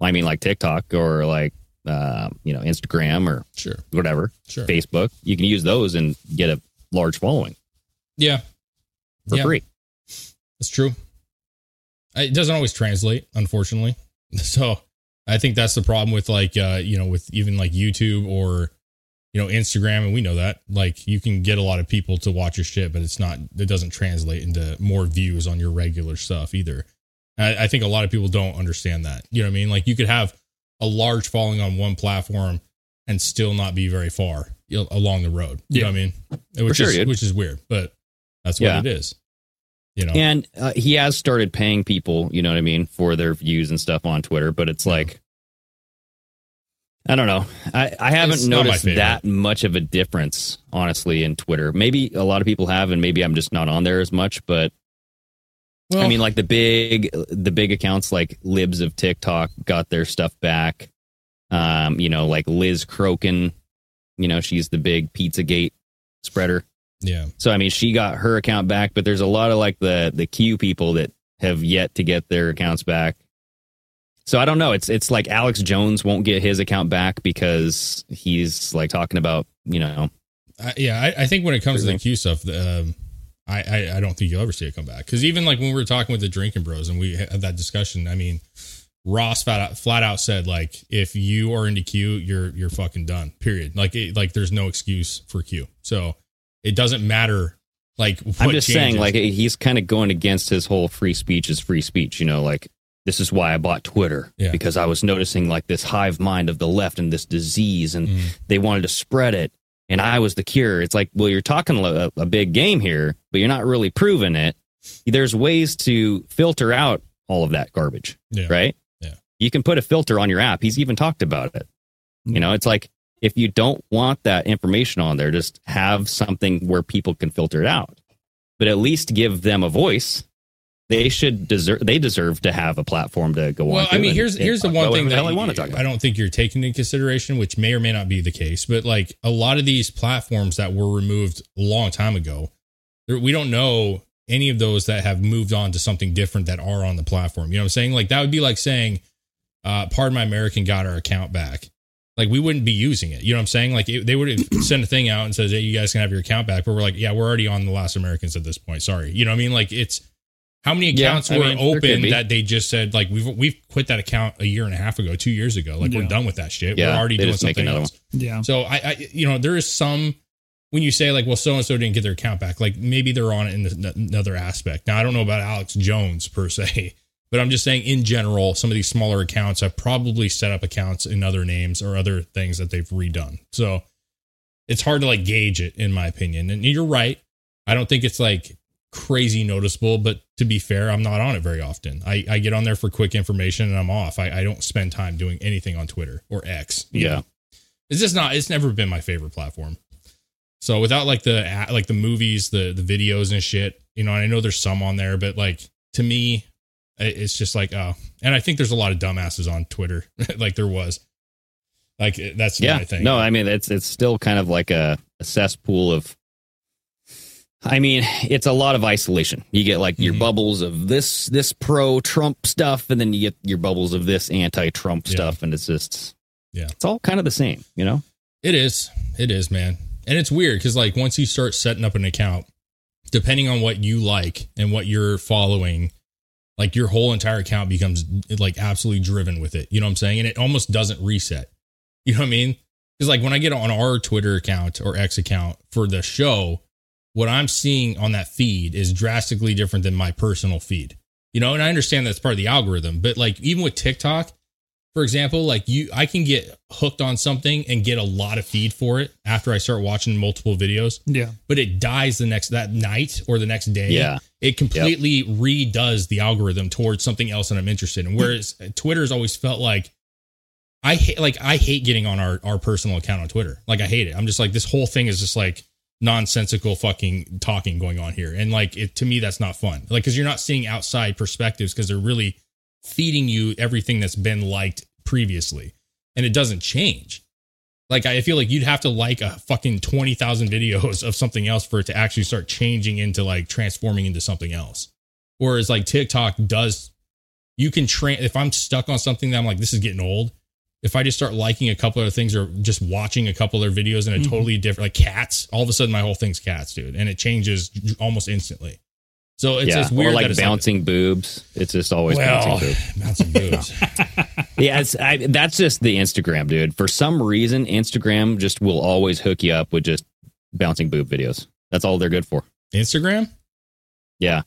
Speaker 3: I mean, like TikTok or like uh, you know Instagram or
Speaker 4: Sure,
Speaker 3: whatever,
Speaker 4: sure.
Speaker 3: Facebook. You can use those and get a large following
Speaker 4: Yeah,
Speaker 3: for
Speaker 4: Yeah.
Speaker 3: free.
Speaker 4: That's true. I- It doesn't always translate, unfortunately. So I think that's the problem with like uh, you know, with even like YouTube or you know, Instagram, and we know that. Like you can get a lot of people to watch your shit, but it's not it doesn't translate into more views on your regular stuff either. I, I think a lot of people don't understand that. You know what I mean? Like you could have a large following on one platform and still not be very far you know, along the road. You know what I mean? Which
Speaker 3: sure,
Speaker 4: is
Speaker 3: dude.
Speaker 4: which is weird, but that's what
Speaker 3: Yeah.
Speaker 4: it is. You know.
Speaker 3: And uh, he has started paying people, you know what I mean, for their views and stuff on Twitter. But it's like, I don't know. I, I haven't
Speaker 4: It's not my
Speaker 3: noticed
Speaker 4: favorite.
Speaker 3: that much of a difference, honestly, in Twitter. Maybe a lot of people have, and maybe I'm just not on there as much. But I
Speaker 4: Well-
Speaker 3: mean, like the big, the big accounts like Libs of TikTok got their stuff back. Um, you know, like Liz Croken, you know, she's the big Pizzagate spreader.
Speaker 4: Yeah.
Speaker 3: So I mean, she got her account back, but there's a lot of like the the Q people that have yet to get their accounts back. So I don't know. It's it's like Alex Jones won't get his account back because he's like talking about you know
Speaker 4: I, yeah, I, I think when it comes to the
Speaker 3: Agree.
Speaker 4: Q stuff, the, um, I, I I don't think you'll ever see it come back. Because even like when we were talking with the Drinking Bros and we had that discussion, I mean, Ross flat out, flat out said like, if you are into Q, you're you're fucking done. Period. Like it, like there's no excuse for Q. So it doesn't matter. Like what
Speaker 3: I'm just saying
Speaker 4: changes.
Speaker 3: like he's kind of going against his whole free speech is free speech. You know, like this is why I bought Twitter
Speaker 4: Yeah.
Speaker 3: because I was noticing like this hive mind of the left and this disease and
Speaker 4: Mm.
Speaker 3: they wanted to spread it and I was the cure. It's like, well, you're talking a, a big game here, but you're not really proving it. There's ways to filter out all of that garbage,
Speaker 4: Yeah.
Speaker 3: right?
Speaker 4: Yeah.
Speaker 3: You can put a filter on your app. He's even talked about it. You know, it's like if you don't want that information on there, just have something where people can filter it out. But at least give them a voice. They should deserve. They deserve to have a platform to go on.
Speaker 4: Well, I
Speaker 3: to
Speaker 4: mean,
Speaker 3: and-
Speaker 4: here's
Speaker 3: and
Speaker 4: here's the
Speaker 3: talk
Speaker 4: one
Speaker 3: about
Speaker 4: thing
Speaker 3: whatever the
Speaker 4: that
Speaker 3: hell I want to talk about.
Speaker 4: I don't think you're taking into consideration, which may or may not be the case, but like a lot of these platforms that were removed a long time ago, there- we don't know any of those that have moved on to something different that are on the platform. You know what I'm saying? Like that would be like saying, uh, "Pardon my American," got our account back. Like we wouldn't be using it. You know what I'm saying? Like it, they would have sent a thing out and says, "Hey, you guys can have your account back," but we're like, "Yeah, we're already on the Last Americans at this point." Sorry. You know what I mean? Like it's how many
Speaker 3: Yeah,
Speaker 4: accounts
Speaker 3: I
Speaker 4: were
Speaker 3: mean, there could
Speaker 4: open
Speaker 3: be.
Speaker 4: that they just said like we've we've quit that account a year and a half ago, two years ago. Like we're
Speaker 5: Yeah.
Speaker 4: done with that shit.
Speaker 3: Yeah,
Speaker 4: we're already
Speaker 3: they
Speaker 4: doing
Speaker 3: just make
Speaker 4: something
Speaker 3: another
Speaker 4: else.
Speaker 5: Yeah.
Speaker 4: So I, I, you know, there is some when you say like, well, so and so didn't get their account back. Like maybe they're on it in the, another aspect. Now I don't know about Alex Jones per se, but I'm just saying in general, some of these smaller accounts have probably set up accounts in other names or other things that they've redone. So it's hard to like gauge it in my opinion. And you're right. I don't think it's like crazy noticeable, but to be fair, I'm not on it very often. I, I get on there for quick information and I'm off. I, I don't spend time doing anything on Twitter or X. you
Speaker 3: Yeah.
Speaker 4: know? It's just not, it's never been my favorite platform. So without like the, a- like the movies, the, the videos and shit, you know, and I know there's some on there, but like to me, i- it's just like, oh, and I think there's a lot of dumbasses on Twitter. like there was like, that's
Speaker 3: yeah.
Speaker 4: my thing.
Speaker 3: No, I mean it's it's still kind of like a, a cesspool of. I mean, it's a lot of isolation. You get like your
Speaker 4: Mhm.
Speaker 3: bubbles of this this pro Trump stuff, and then you get your bubbles of this anti Trump
Speaker 4: Yeah.
Speaker 3: stuff, and it's just
Speaker 4: Yeah.
Speaker 3: it's all kind of the same, you know.
Speaker 4: It is. It is, man. And it's weird because, like, once you start setting up an account, depending on what you like and what you're following, like your whole entire account becomes like absolutely driven with it. You know what I'm saying? And it almost doesn't reset. You know what I mean? Because, like, when I get on our Twitter account or X account for the show, what I'm seeing on that feed is drastically different than my personal feed. You know, and I understand that's part of the algorithm, but like, even with TikTok, for example, like you, I can get hooked on something and get a lot of feed for it after I start watching multiple videos,
Speaker 5: Yeah.
Speaker 4: but it dies the next that night or the next day.
Speaker 3: Yeah.
Speaker 4: it completely redoes the algorithm towards something else that I'm interested in. Whereas uh, Twitter's always felt like I hate, like I hate getting on our our personal account on Twitter. Like I hate it. I'm just like this whole thing is just like nonsensical fucking talking going on here, and like it to me that's not fun. Like because you're not seeing outside perspectives because they're really feeding you everything that's been liked previously and it doesn't change like i feel like you'd have to like a fucking 20000 videos of something else for it to actually start changing into like transforming into something else whereas like tiktok does you can train if i'm stuck on something that i'm like this is getting old if i just start liking a couple of things or just watching a couple of their videos in
Speaker 5: Mm-hmm.
Speaker 4: a totally different like cats all of a sudden my whole thing's cats dude and it changes almost instantly so it's
Speaker 3: yeah,
Speaker 4: just weird
Speaker 3: or
Speaker 4: that
Speaker 3: like
Speaker 4: it's not-
Speaker 3: bouncing boobs. It's just always
Speaker 4: well,
Speaker 3: bouncing boobs.
Speaker 4: bouncing boobs.
Speaker 3: Yeah, it's, I, that's just the Instagram, dude. For some reason, Instagram just will always hook you up with just bouncing boob videos. That's all they're good for.
Speaker 4: Instagram?
Speaker 3: Yeah,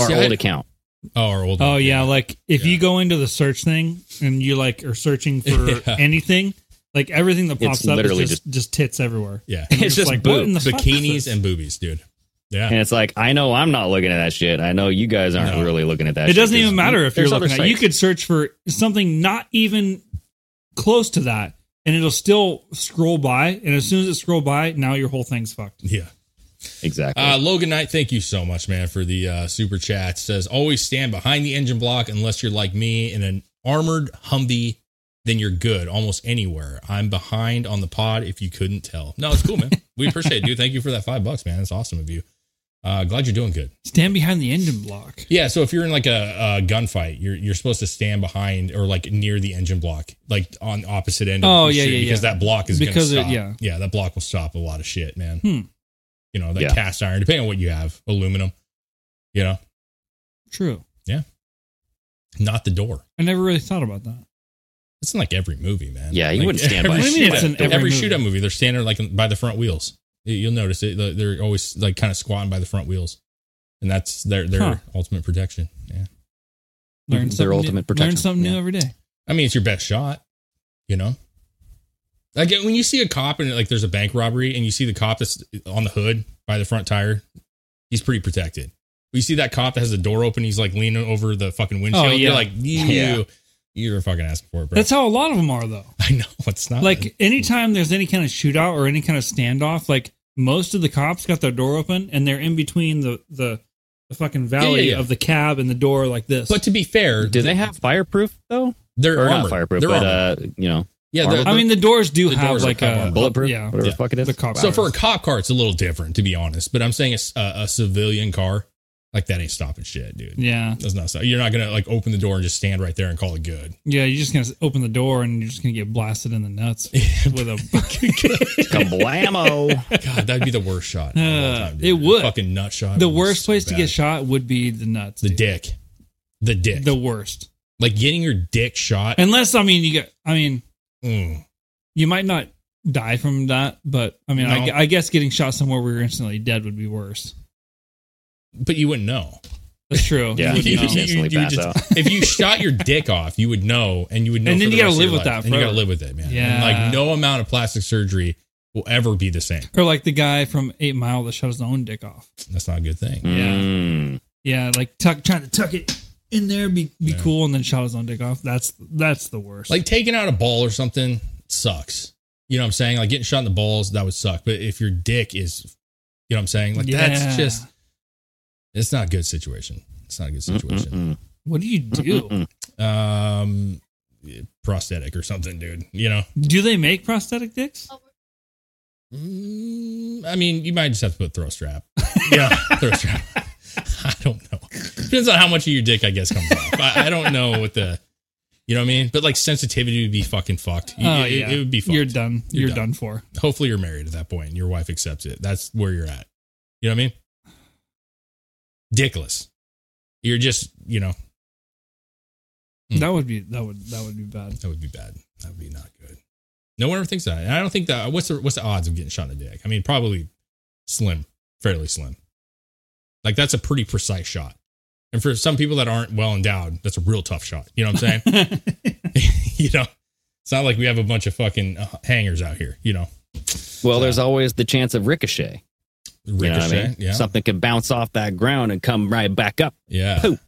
Speaker 3: our
Speaker 4: See, I-
Speaker 3: old account.
Speaker 4: Oh, or old.
Speaker 5: Oh yeah, like if
Speaker 4: Yeah.
Speaker 5: you go into the search thing and you like are searching for
Speaker 4: Yeah.
Speaker 5: anything, like everything that
Speaker 3: It's
Speaker 5: pops up is
Speaker 3: literally
Speaker 5: just, just tits everywhere.
Speaker 4: yeah.
Speaker 5: And you're
Speaker 3: It's just
Speaker 5: what
Speaker 3: boob-
Speaker 5: in the fuck is
Speaker 4: Bikinis
Speaker 5: this?
Speaker 4: and boobies, dude. Yeah.
Speaker 3: And it's like, I know I'm not looking at that shit. I know you guys aren't
Speaker 4: No.
Speaker 3: really looking at that.
Speaker 5: it
Speaker 3: shit.
Speaker 5: doesn't
Speaker 3: There's-
Speaker 5: even matter if you're
Speaker 3: there's other
Speaker 5: looking at. You
Speaker 3: sites.
Speaker 5: could search for something not even close to that, and it'll still scroll by. And as soon as it scroll by, now your whole thing's fucked.
Speaker 4: yeah.
Speaker 3: exactly.
Speaker 4: Uh, Logan Knight, thank you so much, man, for the uh, super chat. Says always stand behind the engine block unless you're like me in an armored Humvee, then you're good almost anywhere. I'm behind on the pod if you couldn't tell. No, it's cool, man. we appreciate it, dude. Thank you for that five bucks, man. It's awesome of you. Uh, glad you're doing good.
Speaker 5: Stand behind the engine block.
Speaker 4: Yeah, so if you're in like a, a gunfight, you're you're supposed to stand behind or like near the engine block, like on opposite end. Of
Speaker 5: Oh,
Speaker 4: the
Speaker 5: yeah,
Speaker 4: shoot,
Speaker 5: yeah,
Speaker 4: because
Speaker 5: yeah.
Speaker 4: that block is
Speaker 5: Because
Speaker 4: gonna
Speaker 5: it-
Speaker 4: stop.
Speaker 5: yeah.
Speaker 4: yeah, that block will stop a lot of shit, man.
Speaker 5: Hmm.
Speaker 4: You know that
Speaker 3: Yeah.
Speaker 4: cast iron, depending on what you have, aluminum. You know,
Speaker 5: True.
Speaker 4: not the door.
Speaker 5: I never really thought about that.
Speaker 4: It's in like every movie, man.
Speaker 3: Yeah, you
Speaker 4: Like,
Speaker 3: wouldn't stand by
Speaker 4: every
Speaker 3: a
Speaker 5: shootout. It's in
Speaker 4: shootout- every,
Speaker 5: every movie.
Speaker 4: shootout movie, they're standing like by the front wheels. You- You'll notice it. like, They're always like kind of squatting by the front wheels, and that's their their
Speaker 5: Huh.
Speaker 4: ultimate protection. Yeah.
Speaker 5: Learn
Speaker 3: Their
Speaker 5: something new-
Speaker 3: ultimate protection.
Speaker 5: Learn something
Speaker 3: Yeah.
Speaker 5: new every day.
Speaker 4: I mean, it's your best shot, you know. Like when you see a cop and like there's a bank robbery and you see the cop that's on the hood by the front tire, he's pretty protected. We see that cop that has the door open. He's like leaning over the fucking windshield.
Speaker 5: Oh, yeah.
Speaker 4: You're like, you,
Speaker 3: Yeah.
Speaker 4: you're fucking asking for it, bro.
Speaker 5: That's how a lot of them are, though.
Speaker 4: I know it's not
Speaker 5: Like anytime there's any kind of shootout or any kind of standoff, like most of the cops got their door open and they're in between the the, the fucking valley
Speaker 4: yeah, yeah.
Speaker 5: of the cab and the door, like this.
Speaker 4: But to be fair,
Speaker 3: Do they have fireproof though?
Speaker 4: they're
Speaker 3: or
Speaker 4: armored.
Speaker 3: not fireproof,
Speaker 4: they're
Speaker 3: but
Speaker 4: armored.
Speaker 3: uh, you know,
Speaker 4: yeah, they're,
Speaker 3: armored?
Speaker 5: I mean, the doors do
Speaker 4: The
Speaker 5: have
Speaker 4: doors are
Speaker 5: like
Speaker 4: cop
Speaker 5: a
Speaker 4: armor.
Speaker 3: bulletproof,
Speaker 5: Yeah,
Speaker 3: whatever the fuck it is.
Speaker 5: the cop.
Speaker 4: so for a
Speaker 5: hours.
Speaker 4: cop car, it's a little different to be honest. But I'm saying a, a, a civilian car like that ain't stopping shit, dude.
Speaker 5: yeah,
Speaker 4: That's not. stop- You're not gonna like open the door and just stand right there and call it good.
Speaker 5: yeah, you're just gonna open the door and you're just gonna get blasted in the nuts with a.
Speaker 3: Kablamo.
Speaker 4: God, that'd be the worst shot. of all
Speaker 5: Uh,
Speaker 4: time, dude.
Speaker 5: it would.
Speaker 4: fucking nut shot.
Speaker 5: the
Speaker 4: would be
Speaker 5: worst
Speaker 4: so
Speaker 5: place to
Speaker 4: bad.
Speaker 5: get shot would be the nuts.
Speaker 4: The
Speaker 5: dude.
Speaker 4: dick. The dick.
Speaker 5: The worst.
Speaker 4: like getting your dick shot.
Speaker 5: Unless I mean you get. I mean
Speaker 4: Mm.
Speaker 5: you might not die from that, but I mean I,
Speaker 4: No.
Speaker 5: I guess getting shot somewhere where you're instantly dead would be worse.
Speaker 4: but you wouldn't know.
Speaker 5: That's true.
Speaker 3: Yeah,
Speaker 5: You would um,
Speaker 3: you
Speaker 5: know.
Speaker 3: just instantly
Speaker 4: would
Speaker 3: pass
Speaker 4: just- if you shot your dick off, you would know, and you would know.
Speaker 5: And then
Speaker 4: for the
Speaker 5: you
Speaker 4: rest
Speaker 5: gotta
Speaker 4: of
Speaker 5: live
Speaker 4: your life.
Speaker 5: with
Speaker 4: And
Speaker 5: that
Speaker 4: you
Speaker 5: forever.
Speaker 4: gotta live with it, man.
Speaker 5: Yeah.
Speaker 4: And, like no amount of plastic surgery will ever be the same.
Speaker 5: or like the guy from Eight Mile that shot his own dick off.
Speaker 4: That's not a good thing.
Speaker 3: Mm.
Speaker 5: Yeah, like tuck trying to tuck it in there, be be
Speaker 4: Yeah.
Speaker 5: cool, and then shot his own dick off. That's that's the worst.
Speaker 4: Like taking out a ball or something sucks. You know what I'm saying? Like getting shot in the balls, that would suck. But if your dick is, you know what I'm saying? Like
Speaker 5: Yeah.
Speaker 4: that's just, it's not a good situation. It's not a good situation.
Speaker 3: Mm-mm-mm.
Speaker 5: what do you do?
Speaker 3: Mm-mm.
Speaker 4: Um, yeah, prosthetic or something, dude. You know?
Speaker 5: do they make prosthetic dicks?
Speaker 4: Mm, I mean, you might just have to put throw strap. yeah, throw strap. I don't know. Depends on how much of your dick, I guess, comes off. I, I don't know what the, you know what I mean? But like sensitivity would be fucking fucked. You-
Speaker 5: Oh,
Speaker 4: it,
Speaker 5: yeah.
Speaker 4: it would be fucked.
Speaker 5: You're done. You're,
Speaker 4: You're
Speaker 5: done.
Speaker 4: done.
Speaker 5: for.
Speaker 4: Hopefully, you're married at that point and your wife accepts it. That's where you're at. You know what I mean? Dickless. You're just, you know, Hmm.
Speaker 5: That would be that would that would be bad.
Speaker 4: that would be bad. That would be not good. No one ever thinks that. And I don't think that. What's the what's the odds of getting shot in the dick? I mean, probably slim, fairly slim. Like that's a pretty precise shot. And for some people that aren't well endowed, that's a real tough shot. You know what I'm saying? you know, it's not like we have a bunch of fucking uh, hangers out here. You know,
Speaker 3: Well, there's always the chance of ricochet. You know what I mean?
Speaker 4: Yeah,
Speaker 3: Something could bounce off that ground and come right back up.
Speaker 4: yeah.
Speaker 3: Poop.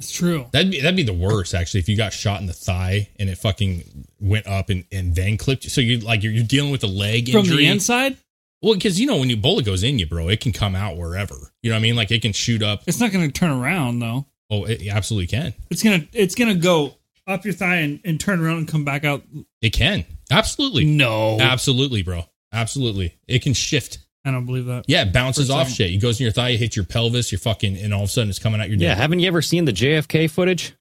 Speaker 5: It's true.
Speaker 4: That'd be that'd be the worst actually if you got shot in the thigh and it fucking went up and, and then clipped you. So you like you're, you're dealing with a leg
Speaker 5: From
Speaker 4: injury
Speaker 5: the inside,
Speaker 4: Well, because you know when Ebola goes in you, bro, it can come out wherever. You know what I mean? Like it can shoot up.
Speaker 5: it's not going to turn around though.
Speaker 4: Oh, it absolutely can.
Speaker 5: It's gonna it's gonna go up your thigh and, and turn around and come back out.
Speaker 4: It can absolutely,
Speaker 5: No,
Speaker 4: absolutely, bro, absolutely. It can shift.
Speaker 5: I don't believe that.
Speaker 4: Yeah, it bounces off
Speaker 5: Percent.
Speaker 4: shit. It goes in your thigh, it hits your pelvis, your fucking, and all of a sudden it's coming out your
Speaker 3: Yeah,
Speaker 4: dick.
Speaker 3: haven't you ever seen the JFK footage?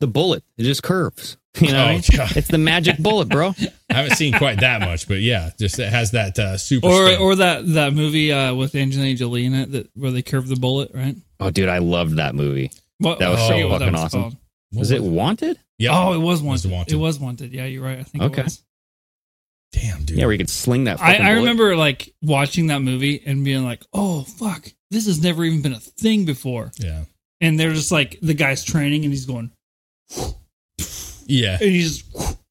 Speaker 3: The bullet, it just curves. You know,
Speaker 4: Oh, God.
Speaker 3: it's the magic bullet, bro.
Speaker 4: I haven't seen quite that much, but yeah, just it has that uh, super.
Speaker 5: Or
Speaker 4: spin.
Speaker 5: or that that movie uh, with Angelina Jolie in it that where they curve the bullet right.
Speaker 3: Oh, dude, I loved that movie.
Speaker 5: What,
Speaker 3: That was
Speaker 5: I
Speaker 4: so
Speaker 5: forget what
Speaker 3: fucking
Speaker 5: was
Speaker 3: awesome.
Speaker 5: called.
Speaker 4: What
Speaker 3: Was it Wanted?
Speaker 4: Yeah.
Speaker 5: Oh, it was
Speaker 4: was
Speaker 5: wanted. It was wanted.
Speaker 4: Wanted.
Speaker 5: Yeah, you're right. I think.
Speaker 3: Okay.
Speaker 5: It was.
Speaker 4: damn, dude.
Speaker 3: Yeah, where you could sling that.
Speaker 5: I,
Speaker 3: fucking
Speaker 5: I
Speaker 3: bullet.
Speaker 5: remember like watching that movie and being like, "Oh fuck, this has never even been a thing before."
Speaker 4: yeah,
Speaker 5: And they're just like the guy's training and he's going
Speaker 4: yeah.
Speaker 5: and he's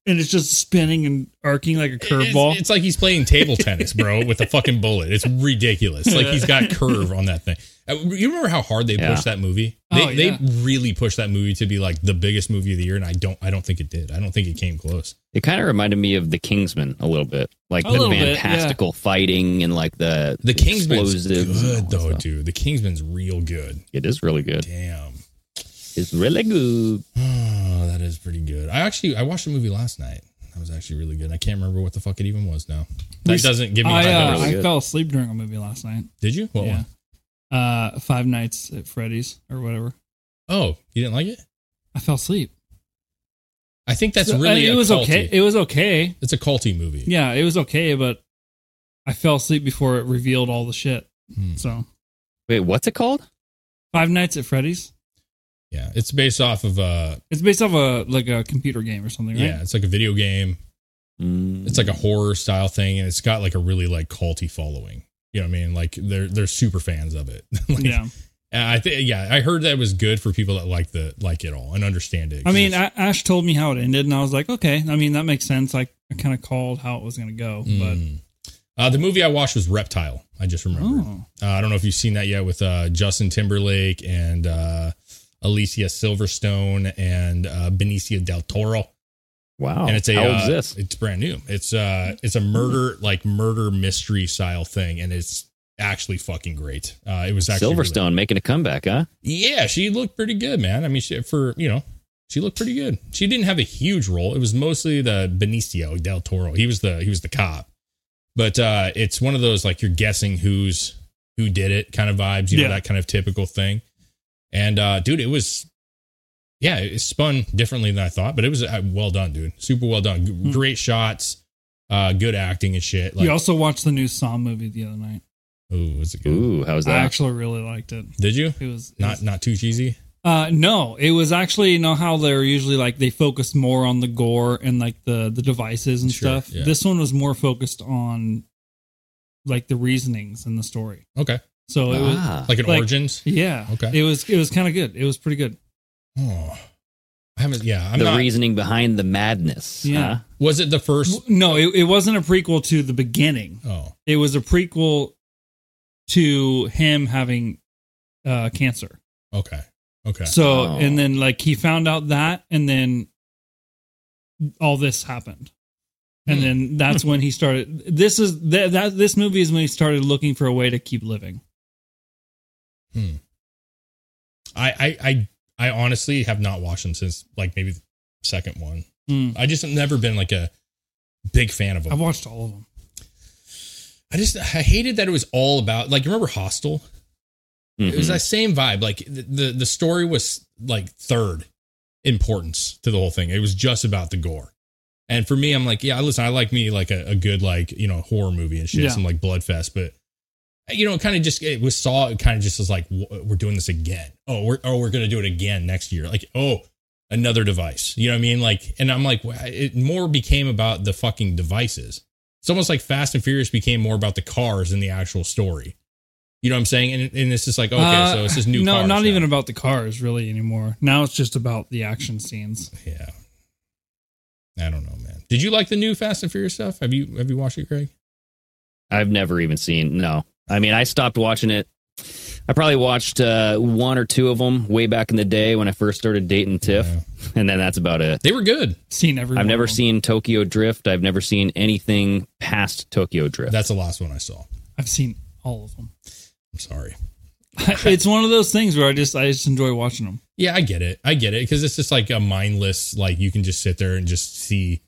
Speaker 5: and it's just spinning and arcing like a curveball.
Speaker 4: It's, it's like he's playing table tennis, bro, with a fucking bullet. It's ridiculous. Like he's got curve on that thing. Uh, You remember how hard they
Speaker 3: Yeah.
Speaker 4: pushed that movie? They,
Speaker 5: Oh, yeah.
Speaker 4: they really pushed that movie to be like the biggest movie of the year, and I don't I don't think it did. I don't think it came close.
Speaker 3: It kind of reminded me of The Kingsman a little bit, like
Speaker 5: A
Speaker 3: the
Speaker 5: little bit, yeah.
Speaker 3: fantastical fighting and like the
Speaker 4: The Kingsman's
Speaker 3: explosives and all
Speaker 4: good
Speaker 3: that
Speaker 4: though,
Speaker 3: stuff.
Speaker 4: dude. The Kingsman's real good.
Speaker 3: It is really good.
Speaker 4: Damn.
Speaker 3: It's really good.
Speaker 4: Oh, that is pretty good. I actually I watched a movie last night. That was actually really good. I can't remember what the fuck it even was now. That
Speaker 5: We s-
Speaker 4: doesn't give me
Speaker 5: I, uh,
Speaker 4: really
Speaker 5: I
Speaker 3: good.
Speaker 5: fell asleep during a movie last night.
Speaker 4: Did you? What
Speaker 5: yeah.
Speaker 4: one?
Speaker 5: Uh, Five Nights at Freddy's or whatever.
Speaker 4: Oh, you didn't like it?
Speaker 5: I fell asleep.
Speaker 4: I think that's
Speaker 5: So, I-
Speaker 4: really
Speaker 5: Uh, it
Speaker 4: a
Speaker 5: was
Speaker 4: culty-
Speaker 5: okay. It was okay.
Speaker 4: It's a culty movie.
Speaker 5: Yeah, it was okay, but I fell asleep before it revealed all the shit.
Speaker 4: Hmm.
Speaker 5: So
Speaker 3: Wait, what's it called?
Speaker 5: Five Nights at Freddy's.
Speaker 4: Yeah, it's based off of uh
Speaker 5: It's based off a like a computer game or something, right?
Speaker 4: yeah, it's like a video game.
Speaker 3: Mm.
Speaker 4: It's like a horror style thing, and it's got like a really like culty following. You know what I mean? Like they're they're super fans of it. like,
Speaker 5: yeah.
Speaker 4: I think yeah, I heard that it was good for people that like the like it all and understand it.
Speaker 5: I mean,
Speaker 4: It's-
Speaker 5: A- Ash told me how it ended, and I was like, okay. I mean, that makes sense. Like, I kind of called how it was going to go,
Speaker 4: Mm. Uh, the movie I watched was Reptile. I just remember.
Speaker 5: Oh.
Speaker 4: Uh, I don't know if you've seen that yet with uh, Justin Timberlake and uh, Alicia Silverstone and uh, Benicio del Toro.
Speaker 3: Wow.
Speaker 4: and it's a
Speaker 3: How old
Speaker 4: uh,
Speaker 3: is this?
Speaker 4: It's brand new. It's uh it's a murder like murder mystery style thing, and it's actually fucking great. Uh, it was actually really-
Speaker 3: Silverstone making a comeback, huh?
Speaker 4: yeah, she looked pretty good, man. I mean, she, for you know, she looked pretty good. She didn't have a huge role. It was mostly the Benicio del Toro. He was the he was the cop, but uh, it's one of those like you're guessing who's who did it kind of vibes. You
Speaker 5: Yeah.
Speaker 4: know that kind of typical thing. And uh, dude, it was yeah, it spun differently than I thought, but it was uh, well done, dude. Super well done. G- Great shots, uh, good acting and shit. Like,
Speaker 5: we Hmm. also watched the new Saw movie the other night.
Speaker 4: ooh, was it good?
Speaker 3: Ooh, how's
Speaker 5: I
Speaker 3: that?
Speaker 5: actually really liked it.
Speaker 4: Did you?
Speaker 5: It was it
Speaker 4: Not
Speaker 5: was-
Speaker 4: not too cheesy.
Speaker 5: Uh, no, it was actually you know how they're usually like they focus more on the gore and like the the devices and
Speaker 4: Sure,
Speaker 5: stuff.
Speaker 4: yeah.
Speaker 5: This one was more focused on like the reasonings in the story.
Speaker 4: Okay,
Speaker 5: So it was,
Speaker 3: ah,
Speaker 4: like an
Speaker 5: Like-
Speaker 4: origins.
Speaker 5: yeah,
Speaker 4: Okay.
Speaker 5: It was it was kind of good. It was pretty good.
Speaker 4: Oh, I haven't. Yeah, I'm
Speaker 3: the
Speaker 4: not.
Speaker 3: reasoning behind the madness.
Speaker 5: Yeah.
Speaker 3: huh?
Speaker 4: was it the first?
Speaker 5: No, it, it wasn't a prequel to the beginning.
Speaker 4: Oh,
Speaker 5: It was a prequel to him having uh cancer.
Speaker 4: okay, okay.
Speaker 5: So
Speaker 3: Oh.
Speaker 5: and then like he found out that and then all this happened. And then that's when he started this is that, that this movie is when he started looking for a way to keep living.
Speaker 4: I, I, I, I honestly have not watched them since like maybe the second one.
Speaker 5: Mm.
Speaker 4: I just have never been like a big fan of them.
Speaker 5: I've watched all of them.
Speaker 4: I just I hated that it was all about like you remember Hostel. It was
Speaker 3: Mhm.
Speaker 4: that same vibe. Like the, the the story was like third importance to the whole thing. It was just about the gore. And for me, I'm like, yeah, listen, I like me like a, a good like you know horror movie and shit,
Speaker 5: Yeah.
Speaker 4: some like bloodfest, but you know, kind of just it was saw. It kind of just was like, w- we're doing this again. Oh, we're oh we're gonna do it again next year. Like oh. Another device, you know what I mean? Like, and I'm like, wha- it more became about the fucking devices. It's almost like Fast and Furious became more about the cars than the actual story. You know what I'm saying? And, and it's just like, okay,
Speaker 5: Uh,
Speaker 4: so it's just new.
Speaker 5: No,
Speaker 4: cars
Speaker 5: not
Speaker 4: now.
Speaker 5: even about the cars really anymore. Now it's just about the action scenes.
Speaker 4: Yeah. I don't know, man. Did you like the new Fast and Furious stuff? Have you have you watched it, Craig?
Speaker 3: I've never even seen. No, I mean, I stopped watching it. I probably watched uh, one or two of them way back in the day when I first started dating Tiff,
Speaker 4: Yeah.
Speaker 3: and then that's about it.
Speaker 4: They were good.
Speaker 5: Seen every
Speaker 3: I've
Speaker 5: one
Speaker 3: never
Speaker 5: of them.
Speaker 3: seen Tokyo Drift. I've never seen anything past Tokyo Drift.
Speaker 4: That's the last one I saw.
Speaker 5: I've seen all of them.
Speaker 4: I'm sorry.
Speaker 5: it's one of those things where I just I just enjoy watching them.
Speaker 4: Yeah, I get it. I get it because it's just like a mindless, like you can just sit there and just see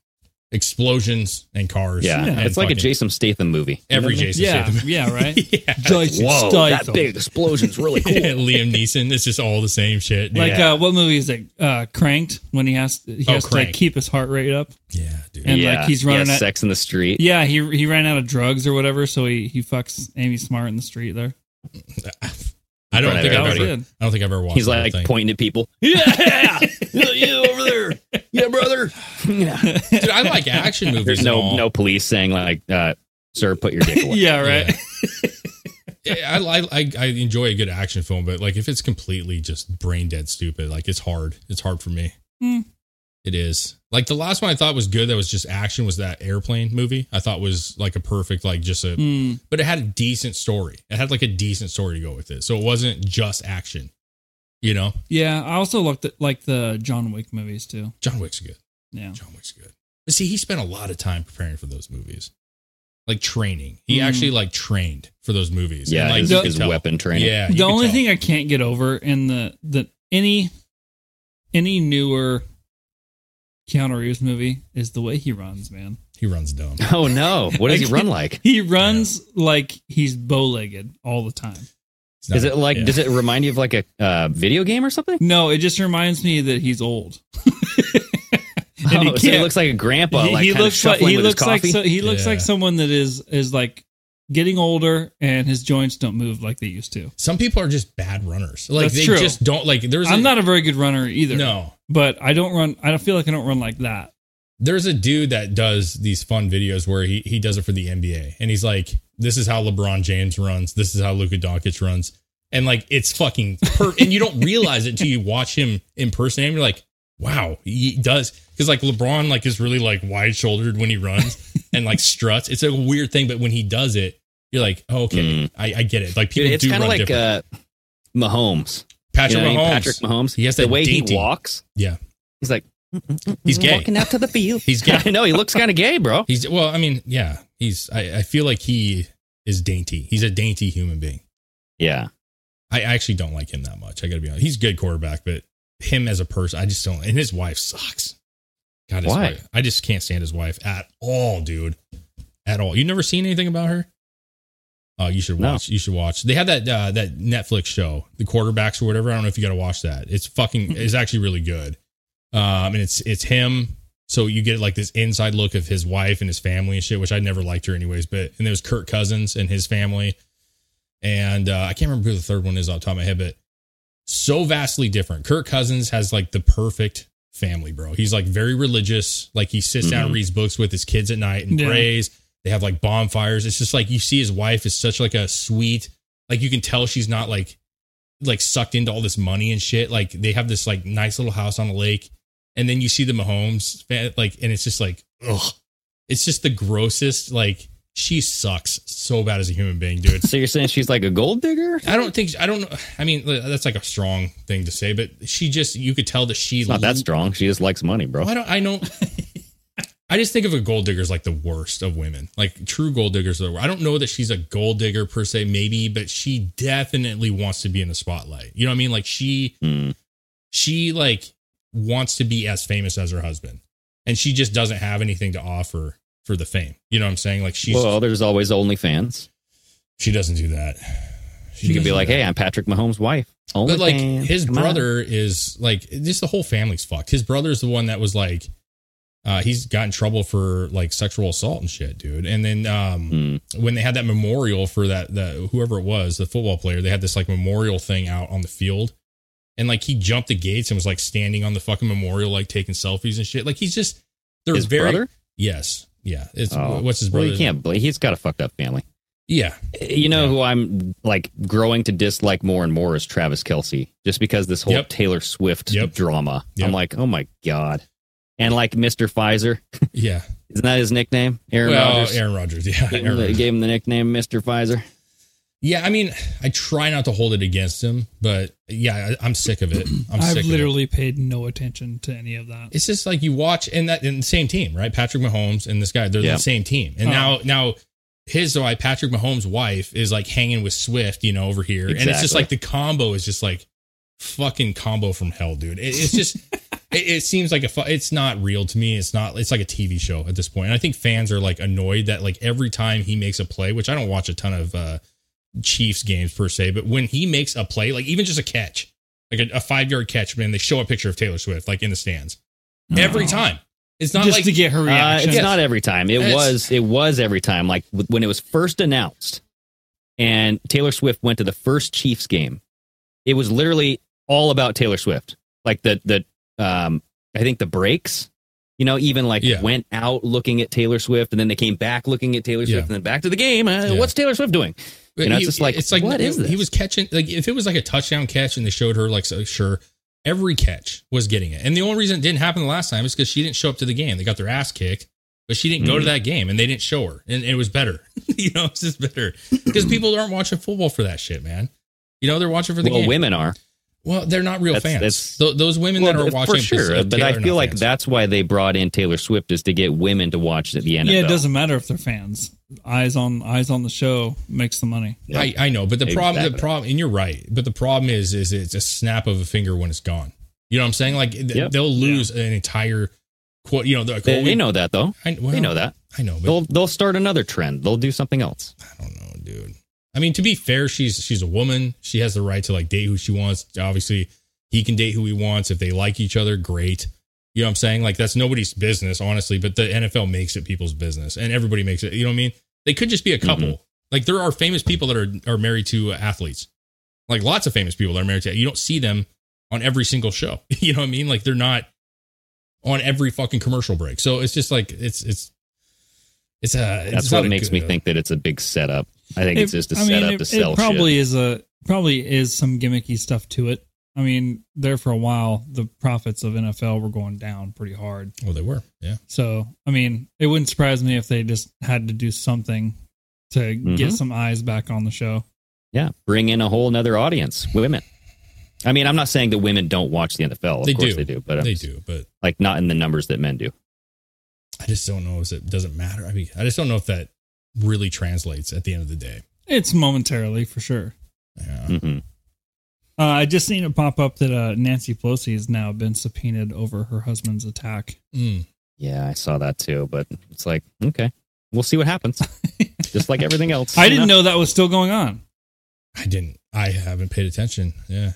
Speaker 4: explosions and cars.
Speaker 3: yeah,
Speaker 4: and
Speaker 3: it's like a
Speaker 4: fucking-
Speaker 3: Jason Statham movie.
Speaker 4: Every Jason
Speaker 5: Yeah,
Speaker 4: Statham.
Speaker 5: yeah, right.
Speaker 4: yeah.
Speaker 5: Jason
Speaker 3: Whoa, that
Speaker 5: Statham.
Speaker 3: big explosion's really cool.
Speaker 4: Liam Neeson. It's just all the same shit. dude.
Speaker 5: Like
Speaker 3: Yeah.
Speaker 5: uh, what movie is it? Uh, Cranked when he has he
Speaker 4: Oh,
Speaker 5: has to like,
Speaker 4: Cranked.
Speaker 5: keep his heart rate up.
Speaker 4: yeah, dude.
Speaker 5: and, like, he's running
Speaker 3: yeah,
Speaker 5: at-
Speaker 3: Sex in the Street.
Speaker 5: Yeah, he he ran out of drugs or whatever, so he he fucks Amy Smart in the street there.
Speaker 4: I don't
Speaker 3: Right,
Speaker 4: think I've
Speaker 3: everybody.
Speaker 4: ever. I don't think I've ever watched.
Speaker 3: He's
Speaker 4: that
Speaker 3: like
Speaker 4: thing.
Speaker 3: pointing at people. Yeah, you over there. Yeah, brother. Yeah.
Speaker 4: Dude, I like action movies.
Speaker 3: There's
Speaker 4: and
Speaker 3: no
Speaker 4: all.
Speaker 3: no police saying like, uh, "Sir, put your dick away."
Speaker 5: Yeah, right.
Speaker 4: Yeah, I, I- I I enjoy a good action film, but like if it's completely just brain dead stupid, like it's hard. It's hard for me.
Speaker 5: Hmm.
Speaker 4: It is. Like the last one I thought was good that was just action was that airplane movie. I thought was like a perfect like just a
Speaker 5: Mm.
Speaker 4: but it had a decent story. It had like a decent story to go with it. So it wasn't just action. You know?
Speaker 5: Yeah, I also looked at like the John Wick movies too.
Speaker 4: John Wick's good.
Speaker 5: Yeah,
Speaker 4: John Wick's good. But see, he spent a lot of time preparing for those movies. Like training. He
Speaker 5: Mm-hmm.
Speaker 4: actually like trained for those movies.
Speaker 3: Yeah,
Speaker 4: And, like,
Speaker 3: his,
Speaker 4: you
Speaker 5: the-
Speaker 4: could
Speaker 3: his
Speaker 4: tell.
Speaker 3: weapon training.
Speaker 4: Yeah. you
Speaker 5: the
Speaker 4: could
Speaker 5: only
Speaker 4: tell.
Speaker 5: thing I can't get over in the the any any newer Keanu Reeves movie is the way he runs, man.
Speaker 4: he runs dumb.
Speaker 3: Oh no! What does he run like?
Speaker 5: He runs like he's bow legged all the time.
Speaker 4: It's not-
Speaker 3: Is it like?
Speaker 4: yeah.
Speaker 3: Does it remind you of like a uh, video game or something?
Speaker 5: No, it just reminds me that he's old.
Speaker 3: Oh,
Speaker 5: he
Speaker 3: so he
Speaker 5: can't-
Speaker 3: looks like a grandpa. like, kind of shuffling
Speaker 5: he
Speaker 3: with
Speaker 5: looks
Speaker 3: his
Speaker 5: like
Speaker 3: coffee.
Speaker 5: so, he looks like
Speaker 4: Yeah.
Speaker 5: someone that is is like getting older and his joints don't move like they used to.
Speaker 4: Some people are just bad runners. Like
Speaker 5: That's
Speaker 4: they
Speaker 5: true.
Speaker 4: just don't like. There's
Speaker 5: I'm
Speaker 4: a,
Speaker 5: not a very good runner either.
Speaker 4: no.
Speaker 5: but I don't run. I don't feel like I don't run like that.
Speaker 4: There's a dude that does these fun videos where he he does it for the NBA, and he's like, "This is how LeBron James runs. This is how Luka Doncic runs." And like it's fucking, per- and you don't realize it until you watch him in person, and you're like, "Wow, he does." Because like LeBron, like is really like wide shouldered when he runs, and like struts. It's a weird thing, but when he does it, you're like, oh, okay, I, I get it. Like people
Speaker 3: Mm. Dude, Hmm. it's
Speaker 4: do
Speaker 3: kind
Speaker 4: run
Speaker 3: of like
Speaker 4: different.
Speaker 3: uh, Mahomes. You
Speaker 4: Patrick
Speaker 3: know what I
Speaker 4: Mahomes.
Speaker 3: mean? Patrick Mahomes.
Speaker 4: He has
Speaker 3: the
Speaker 4: that
Speaker 3: way
Speaker 4: dainty-
Speaker 3: he walks.
Speaker 4: Yeah,
Speaker 3: He's like
Speaker 4: he's gay.
Speaker 3: walking out to the field.
Speaker 4: He's gay.
Speaker 3: I know he looks kind of gay, bro.
Speaker 4: He's well, I mean, yeah, he's. I, I feel like he is dainty. He's a dainty human being.
Speaker 3: Yeah,
Speaker 4: I actually don't like him that much. I got to be honest. He's a good quarterback, but him as a person, I just don't. And his wife sucks. God, his
Speaker 3: Why?
Speaker 4: wife. I just can't stand his wife at all, dude. At all. You never seen anything about her? Oh, you should
Speaker 3: No.
Speaker 4: watch. You should watch. They had that uh, that Netflix show, the quarterbacks or whatever. I don't know if you got to watch that. It's fucking. it's actually really good. Um, and it's it's him. So you get like this inside look of his wife and his family and shit, which I never liked her anyways. But and there was Kirk Cousins and his family, and uh, I can't remember who the third one is off the top of my head, but so vastly different. Kirk Cousins has like the perfect family, bro. He's like very religious. Like he sits down and reads books with his kids at night and
Speaker 5: Yeah.
Speaker 4: prays. They have like bonfires. It's just like you see his wife is such like a sweet, like you can tell she's not like like sucked into all this money and shit. Like they have this like nice little house on a lake. And then you see the Mahomes fan, like, and it's just like, ugh. It's just the grossest. Like she sucks so bad as a human being, dude.
Speaker 3: So you're saying she's like a gold digger?
Speaker 4: I don't think I don't know. I mean, that's like a strong thing to say, but she just you could tell that she
Speaker 3: It's not that strong. She just likes money, bro.
Speaker 4: Why don't I don't? I just think of a gold digger as like the worst of women. Like true gold diggers are the worst. I don't know that she's a gold digger per se, maybe, but she definitely wants to be in the spotlight. You know what I mean? Like she
Speaker 3: Mm.
Speaker 4: she like wants to be as famous as her husband, and she just doesn't have anything to offer for the fame. You know what I'm saying? Like she's
Speaker 3: Well, there's always OnlyFans.
Speaker 4: she doesn't do that.
Speaker 3: She could
Speaker 4: doesn't
Speaker 3: be
Speaker 4: do
Speaker 3: like,
Speaker 4: that.
Speaker 3: "Hey, I'm Patrick Mahomes' wife." Only
Speaker 4: But like his brother is like just the whole family's fucked. His brother's the one that was like uh he's got in trouble for like sexual assault and shit, dude. And then um
Speaker 3: Hmm.
Speaker 4: when they had that memorial for that the whoever it was, the football player, they had this like memorial thing out on the field. And like he jumped the gates and was like standing on the fucking memorial, like taking selfies and shit. Like he's just they're
Speaker 3: His
Speaker 4: very
Speaker 3: brother?
Speaker 4: Yes. Yeah. It's
Speaker 3: Oh.
Speaker 4: what's his
Speaker 3: Well,
Speaker 4: brother?
Speaker 3: you can't. Believe, he's got a fucked up family.
Speaker 4: Yeah.
Speaker 3: You know who I'm like growing to dislike more and more is Travis Kelsey, just because this whole
Speaker 4: Yep.
Speaker 3: Taylor Swift
Speaker 4: Yep.
Speaker 3: drama.
Speaker 4: Yep.
Speaker 3: I'm like, oh my god, and like Mr. Pfizer,
Speaker 4: Yeah.
Speaker 3: isn't that his nickname? Aaron
Speaker 4: well,
Speaker 3: Rodgers.
Speaker 4: Aaron Rodgers. Yeah.
Speaker 3: Gave,
Speaker 4: Aaron
Speaker 3: him the,
Speaker 4: Rodgers.
Speaker 3: gave him the nickname Mr. Pfizer.
Speaker 4: Yeah, I mean, I try not to hold it against him, but yeah, I, I'm sick of it. I'm sick
Speaker 5: i have
Speaker 4: literally. Of
Speaker 5: literally paid no attention to any of that.
Speaker 3: Mm-hmm.
Speaker 4: it. It's just like you watch and that and the same team, right? Patrick Mahomes and this guy, they're
Speaker 3: Yeah.
Speaker 4: the same team. And
Speaker 5: Oh.
Speaker 4: now now his wife, Patrick Mahomes' wife, is like hanging with Swift, you know, over here, and it's just
Speaker 3: Exactly.
Speaker 4: like the combo is just like fucking combo from hell, dude. It, it's just. It, it seems like a fu- it's not real to me. It's not. It's like a TV show at this point. And I think fans are like annoyed that like every time he makes a play, which I don't watch a ton of uh, Chiefs games per se, but when he makes a play, like even just a catch, like a, a five yard catch, man, they show a picture of Taylor Swift like in the stands every time. It's not
Speaker 5: Just
Speaker 4: like
Speaker 5: to get her
Speaker 3: Uh,
Speaker 5: reaction.
Speaker 3: it's not every time. It
Speaker 4: It's-
Speaker 3: was it was every time. Like w- when it was first announced, and Taylor Swift went to the first Chiefs game. It was literally all about Taylor Swift. Like the the um, I think the breaks. You know, even like
Speaker 4: Yeah.
Speaker 3: went out looking at Taylor Swift, and then they came back looking at Taylor Swift,
Speaker 4: Yeah.
Speaker 3: and then back to the game. Uh,
Speaker 4: Yeah.
Speaker 3: What's Taylor Swift doing?
Speaker 4: But
Speaker 3: You know, it's just like, what
Speaker 4: he,
Speaker 3: is this?
Speaker 4: He was catching like if it was like a touchdown catch and they showed her like so sure every catch was getting it. And the only reason it didn't happen the last time is because she didn't show up to the game. They got their ass kicked, but she didn't go
Speaker 3: Mm-hmm.
Speaker 4: to that game and they didn't show her. And it was better. you know, it's just better because people aren't watching football for that shit, man. You know, they're watching for the
Speaker 3: Well,
Speaker 4: game.
Speaker 3: women are.
Speaker 4: well, they're not real
Speaker 3: That's-
Speaker 4: fans.
Speaker 3: that's-
Speaker 4: Tho- those women that
Speaker 3: Well,
Speaker 4: are
Speaker 3: th-
Speaker 4: watching
Speaker 3: for sure,
Speaker 4: uh,
Speaker 3: but
Speaker 4: Taylor
Speaker 3: I
Speaker 4: are
Speaker 3: feel
Speaker 4: not
Speaker 3: like
Speaker 4: fans.
Speaker 3: that's why they brought in Taylor Swift is to get women to watch the NFL.
Speaker 5: yeah, it doesn't matter if they're fans. Eyes on eyes on the show makes the money.
Speaker 4: I, I know, but the problem, the
Speaker 3: Exactly.
Speaker 4: problem, and you're right. But the problem is, is it's a snap of a finger when it's gone. You know what I'm saying? Like th-
Speaker 3: Yep.
Speaker 4: they'll lose an entire quote. You know, the,
Speaker 3: They, they know that though.
Speaker 4: I, well,
Speaker 3: they know that.
Speaker 4: I know, but
Speaker 3: They'll they'll start another trend. They'll do something else.
Speaker 4: I don't know, dude. I mean, to be fair, she's she's a woman. She has the right to like date who she wants. Obviously, he can date who he wants. If they like each other, great. You know what I'm saying? Like that's nobody's business, honestly. But the NFL makes it people's business, and everybody makes it. You know what I mean? They could just be a couple.
Speaker 3: Mm-hmm.
Speaker 4: Like there are famous people that are are married to athletes. Like lots of famous people that are married to. You don't see them on every single show. You know what I mean? Like they're not on every fucking commercial break. So it's just like it's it's it's a. uh,
Speaker 3: That's what makes me think that it's a big setup. I think it's
Speaker 5: It-
Speaker 3: just a
Speaker 5: I mean,
Speaker 3: setup
Speaker 5: it-
Speaker 3: to sell
Speaker 5: It probably
Speaker 3: shit.
Speaker 5: is a probably is some gimmicky stuff to it. I mean, there for a while, the profits of NFL were going down pretty hard.
Speaker 4: Well, they were. Yeah.
Speaker 5: So, I mean, it wouldn't surprise me if they just had to do something to get
Speaker 4: Mm-hmm.
Speaker 3: Mhm.
Speaker 5: some eyes back on the show.
Speaker 3: Yeah, bring in a whole nother audience, women. I mean, I'm not saying that women don't watch the NFL. Of
Speaker 4: they
Speaker 3: course
Speaker 4: do.
Speaker 3: they do, but uh,
Speaker 4: they do. But
Speaker 3: like not in the numbers that men do.
Speaker 4: I just don't know if it doesn't matter. I mean, I just don't know if that really translates at the end of the day.
Speaker 5: It's momentarily for sure.
Speaker 4: Yeah.
Speaker 3: hmm
Speaker 5: Uh, I just seen it pop up that uh, Nancy Pelosi has now been subpoenaed over her husband's attack.
Speaker 4: Mm.
Speaker 3: Yeah, I saw that too, but it's like okay, we'll see what happens. Just like everything else,
Speaker 5: I didn't know that was still going on.
Speaker 4: I didn't. I haven't paid attention. Yeah.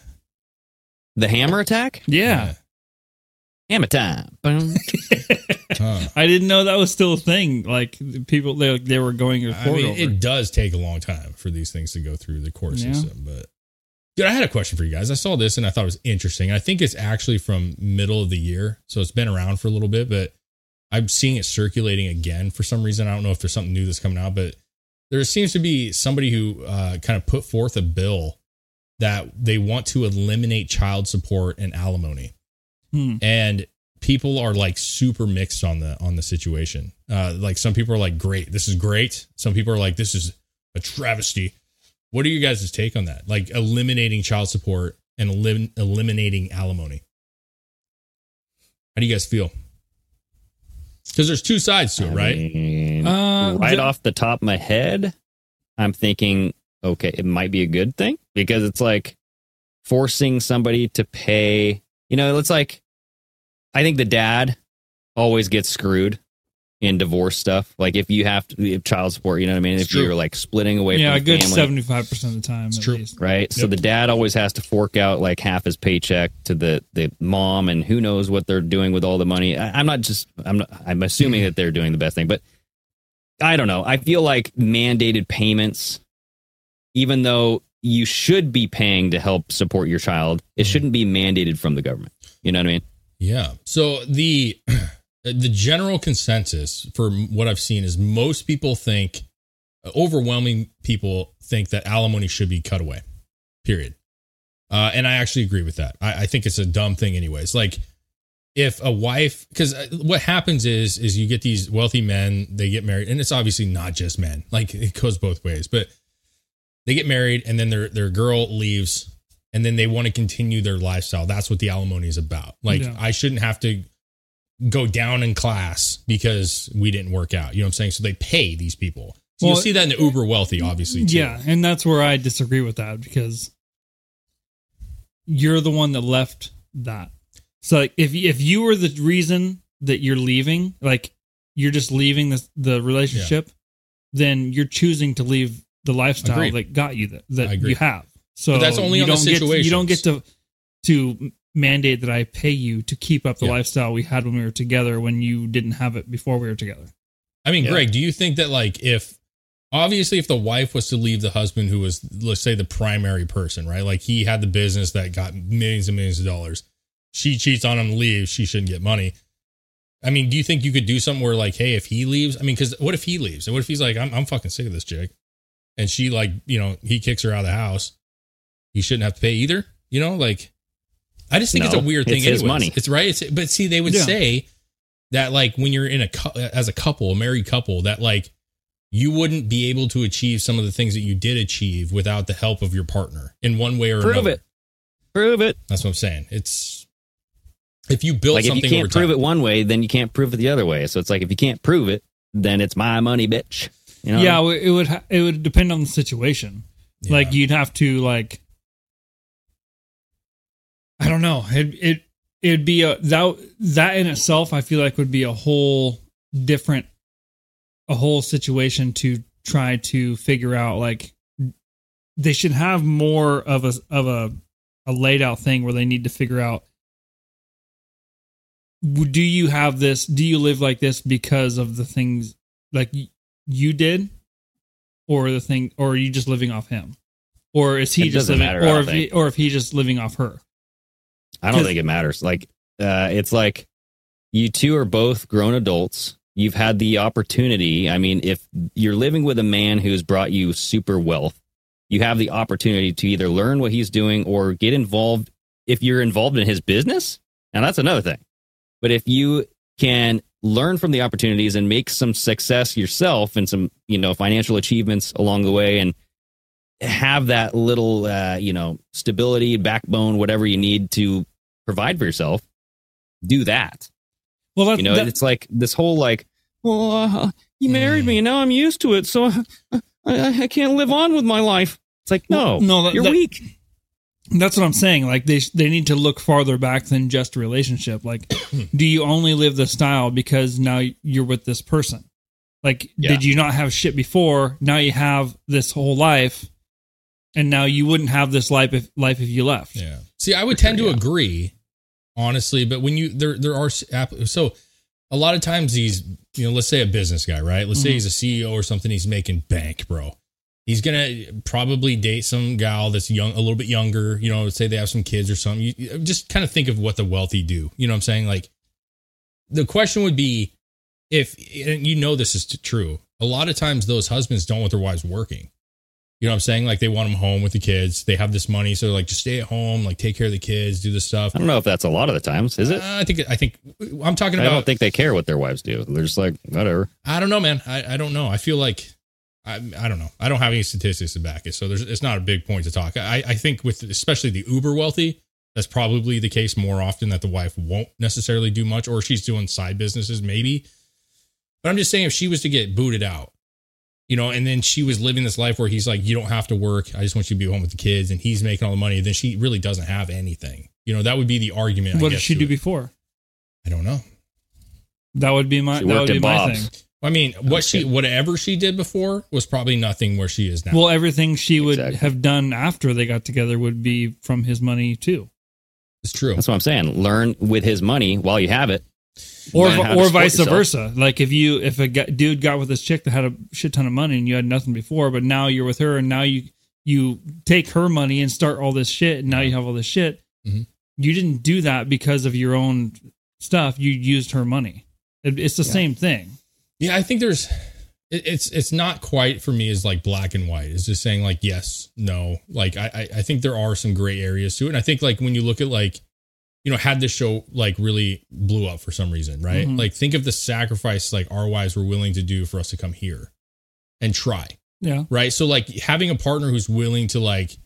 Speaker 3: the hammer attack.
Speaker 5: Yeah.
Speaker 3: Hammer time. Boom.
Speaker 4: Huh.
Speaker 5: I didn't know that was still a thing. Like the people, they they were going to
Speaker 4: I
Speaker 5: court
Speaker 4: mean,
Speaker 5: over.
Speaker 4: it does take a long time for these things to go through the court
Speaker 5: Yeah.
Speaker 4: system, but. Dude, I had a question for you guys. I saw this and I thought it was interesting. I think it's actually from middle of the year, so it's been around for a little bit, but I'm seeing it circulating again for some reason. I don't know if there's something new that's coming out, but there seems to be somebody who uh, kind of put forth a bill that they want to eliminate child support and alimony.
Speaker 5: Hmm.
Speaker 4: and people are like super mixed on the on the situation uh like some people are like great this is great some people are like this is a travesty what are you guys' take on that like eliminating child support and elim- eliminating alimony how do you guys feel because there's two sides to it right
Speaker 3: I mean,
Speaker 5: Uh,
Speaker 3: right
Speaker 5: the-
Speaker 3: off the top of my head, I'm thinking, okay, it might be a good thing because it's like forcing somebody to pay. You know, it's like I think the dad always gets screwed in divorce stuff. Like if you have to if child support, you know what I mean.
Speaker 4: It's
Speaker 3: if
Speaker 4: true.
Speaker 3: you're like splitting away,
Speaker 5: yeah,
Speaker 3: from
Speaker 5: a good
Speaker 3: family,
Speaker 5: seventy five percent of the time.
Speaker 4: It's
Speaker 5: at
Speaker 4: true.
Speaker 5: least.
Speaker 3: right? So
Speaker 4: Yep.
Speaker 3: the dad always has to fork out like half his paycheck to the the mom, and who knows what they're doing with all the money. I, I'm not just I'm not, I'm assuming that they're doing the best thing, but I don't know. I feel like mandated payments, even though you should be paying to help support your child, it
Speaker 4: Mhm.
Speaker 3: shouldn't be mandated from the government. You know what I mean?
Speaker 4: Yeah. So the the general consensus for what I've seen is most people think Uh, overwhelming people think that alimony should be cut away. Period. Uh, and I actually agree with that. I, I think it's a dumb thing, anyways. Like if a wife, because what happens is is you get these wealthy men, they get married, and it's obviously not just men. Like it goes both ways, but they get married, and then their their girl leaves, and then they want to continue their lifestyle. That's what the alimony is about. Like
Speaker 5: Yeah.
Speaker 4: I shouldn't have to go down in class because we didn't work out. You know what I'm saying? So they pay these people. So
Speaker 5: Well,
Speaker 4: you'll see that in the uber wealthy, obviously. Too.
Speaker 5: Yeah, and that's where I disagree with that because you're the one that left that. So like, if if you were the reason that you're leaving, like you're just leaving the the relationship, then you're choosing to leave the lifestyle
Speaker 4: Agreed.
Speaker 5: that got you that,
Speaker 4: I
Speaker 5: that
Speaker 4: agree.
Speaker 5: you have. So
Speaker 4: But that's only
Speaker 5: you
Speaker 4: on the
Speaker 5: don't get to, you don't get
Speaker 4: situations.
Speaker 5: to to mandate that I pay you to keep up the
Speaker 4: Yeah.
Speaker 5: lifestyle we had when we were together when you didn't have it before we were together.
Speaker 4: I mean,
Speaker 3: Yeah.
Speaker 4: Greg, do you think that like if obviously if the wife was to leave the husband who was let's say the primary person, right? Like he had the business that got millions and millions of dollars. She cheats on him, leaves, she shouldn't get money. I mean, do you think you could do something where like, hey, if he leaves, I mean, because what if he leaves? And what if he's like, I'm I'm fucking sick of this chick, and she like, you know, he kicks her out of the house. He shouldn't have to pay either. You know, like, I just think it's a
Speaker 3: No,
Speaker 4: weird
Speaker 3: it's
Speaker 4: thing.
Speaker 3: his
Speaker 4: anyways.
Speaker 3: money.
Speaker 4: It's right. It's, but see, they would
Speaker 5: Yeah.
Speaker 4: say that like when you're in a cou- as a couple, a married couple, that like you wouldn't be able to achieve some of the things that you did achieve without the help of your partner in one way or
Speaker 3: Prove
Speaker 4: another.
Speaker 3: it. Prove it.
Speaker 4: That's what I'm saying. It's if you build
Speaker 3: like if
Speaker 4: something
Speaker 3: you can't
Speaker 4: over time,
Speaker 3: prove it one way, then you can't prove it the other way. So it's like if you can't prove it, then it's my money, bitch. You know?
Speaker 5: Yeah, it would ha- it would depend on the situation.
Speaker 4: Yeah.
Speaker 5: Like you'd have to like I don't know. It it it'd be a that that in itself I feel like would be a whole different a whole situation to try to figure out like they should have more of a of a a laid out thing where they need to figure out w- do you have this do you live like this because of the things like y- you did or the thing or are you just living off him or is he
Speaker 3: It
Speaker 5: just
Speaker 3: doesn't
Speaker 5: living
Speaker 3: matter, I
Speaker 5: or
Speaker 3: don't
Speaker 5: if he,
Speaker 3: think.
Speaker 5: or if he just living off her
Speaker 3: I don't
Speaker 5: 'Cause-
Speaker 3: think it matters. Like, uh, it's like you two are both grown adults. You've had the opportunity. I mean, if you're living with a man who's brought you super wealth, you have the opportunity to either learn what he's doing or get involved if you're involved in his business, now that's another thing. But if you can learn from the opportunities and make some success yourself and some, you know, financial achievements along the way and have that little, uh, you know, stability, backbone, whatever you need to provide for yourself, do that.
Speaker 5: Well, that's,
Speaker 3: You know,
Speaker 5: that-
Speaker 3: it's like this whole like, well, uh, you married me and now I'm used to it, so I, I, I can't live on with my life. It's like no,
Speaker 5: Well, no, that-
Speaker 3: you're
Speaker 5: that-
Speaker 3: weak.
Speaker 5: that's what I'm saying. Like they they need to look farther back than just a relationship. Like, do you only live the style because now you're with this person? Like,
Speaker 3: Yeah.
Speaker 5: did you not have shit before? Now you have this whole life, and now you wouldn't have this life if life if you left.
Speaker 4: Yeah. See, I would tend to agree, honestly, but when you there there are s- app- so a lot of times these you know let's say a business guy right let's say he's a CEO or something he's making bank bro he's gonna probably date some gal that's young a little bit younger you know say they have some kids or something you, you just kind of think of what the wealthy do you know what I'm saying like the question would be if and you know this is t- true a lot of times those husbands don't want their wives working you know what i'm saying like they want them home with the kids they have this money so they're like just stay at home like take care of the kids do this stuff
Speaker 3: I don't know if that's a lot of the times, is it?
Speaker 4: Uh, i think i think i'm talking
Speaker 3: I
Speaker 4: about
Speaker 3: don't think they care what their wives do. They're just like whatever.
Speaker 4: I don't know, man. I, I don't know. I feel like I I don't know. I don't have any statistics to back it, so there's it's not a big point to talk. I I think with especially the uber wealthy, that's probably the case more often that the wife won't necessarily do much, or she's doing side businesses maybe. But I'm just saying, if she was to get booted out, you know, and then she was living this life where he's like, you don't have to work. I just want you to be home with the kids, and he's making all the money. Then she really doesn't have anything. You know, that would be the argument. I
Speaker 5: what did
Speaker 4: guess,
Speaker 5: she
Speaker 4: to
Speaker 5: do
Speaker 4: it.
Speaker 5: before?
Speaker 4: I don't know.
Speaker 5: That would be my
Speaker 3: She
Speaker 5: that
Speaker 3: worked
Speaker 5: would
Speaker 3: at
Speaker 5: be my
Speaker 3: Bob's.
Speaker 5: thing.
Speaker 4: I mean, what she
Speaker 3: kidding.
Speaker 4: whatever she did before was probably nothing where she is now.
Speaker 5: Well, everything she would
Speaker 3: Exactly.
Speaker 5: have done after they got together would be from his money too,
Speaker 4: it's true.
Speaker 3: That's what I'm saying. Learn with his money while you have it,
Speaker 5: or
Speaker 3: Learn how to
Speaker 5: or
Speaker 3: support
Speaker 5: vice
Speaker 3: yourself.
Speaker 5: versa. Like if you if a gu- dude got with this chick that had a shit ton of money and you had nothing before, but now you're with her and now you you take her money and start all this shit and now you have all this shit.
Speaker 4: Mhm.
Speaker 5: You didn't do that because of your own stuff. You used her money. It, it's the same thing.
Speaker 4: Yeah, I think there's it, it's it's not quite for me as like black and white. It's just saying like yes, no. Like I I, I think there are some gray areas to it. And I think like when you look at like you know, had this show like really blew up for some reason, right? Like think of the sacrifice like our wives were willing to do for us to come here and try.
Speaker 5: Yeah.
Speaker 4: right so like having a partner who's willing to like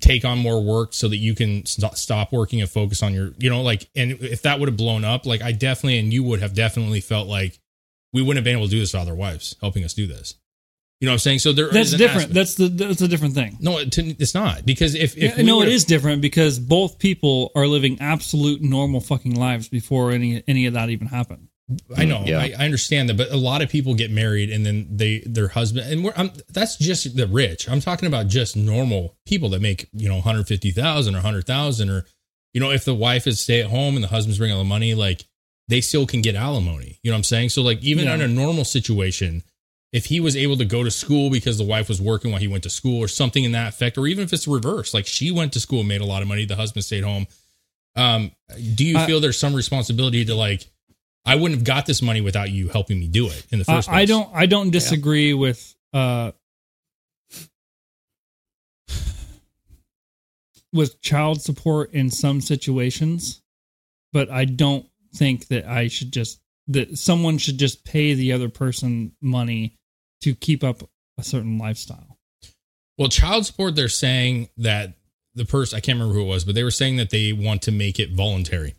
Speaker 4: take on more work so that you can st- stop working and focus on your you know like and if that would have blown up like i definitely and you would have definitely felt like we wouldn't have been able to do this without our wives helping us do this you know what i'm saying so there
Speaker 5: That's
Speaker 4: is an
Speaker 5: different.
Speaker 4: aspect-
Speaker 5: That's the that's a different thing.
Speaker 4: no it- it's not because if, if
Speaker 5: Yeah, no, it
Speaker 4: would've-
Speaker 5: is different because both people are living absolute normal fucking lives before any any of that even happened.
Speaker 4: I know,
Speaker 3: Yeah.
Speaker 4: I, I understand that, but a lot of people get married and then they their husband and we're, I'm, that's just the rich. I'm talking about just normal people that make you know 150,000 or 100,000 or you know if the wife is stay at home and the husband's bringing all the money, like they still can get alimony. You know what I'm saying? So like even
Speaker 5: Yeah.
Speaker 4: in a normal situation, if he was able to go to school because the wife was working while he went to school or something in that effect, or even if it's reverse, like she went to school, made a lot of money, the husband stayed home. Um, do you
Speaker 5: I-
Speaker 4: feel there's some responsibility to like? I wouldn't have got this money without you helping me do it in the
Speaker 5: I,
Speaker 4: first place.
Speaker 5: I don't I don't disagree with uh with child support in some situations, but I don't think that I should just that someone should just pay the other person money to keep up a certain lifestyle.
Speaker 4: Well, child support, they're saying that the person, I can't remember who it was, but they were saying that they want to make it voluntary.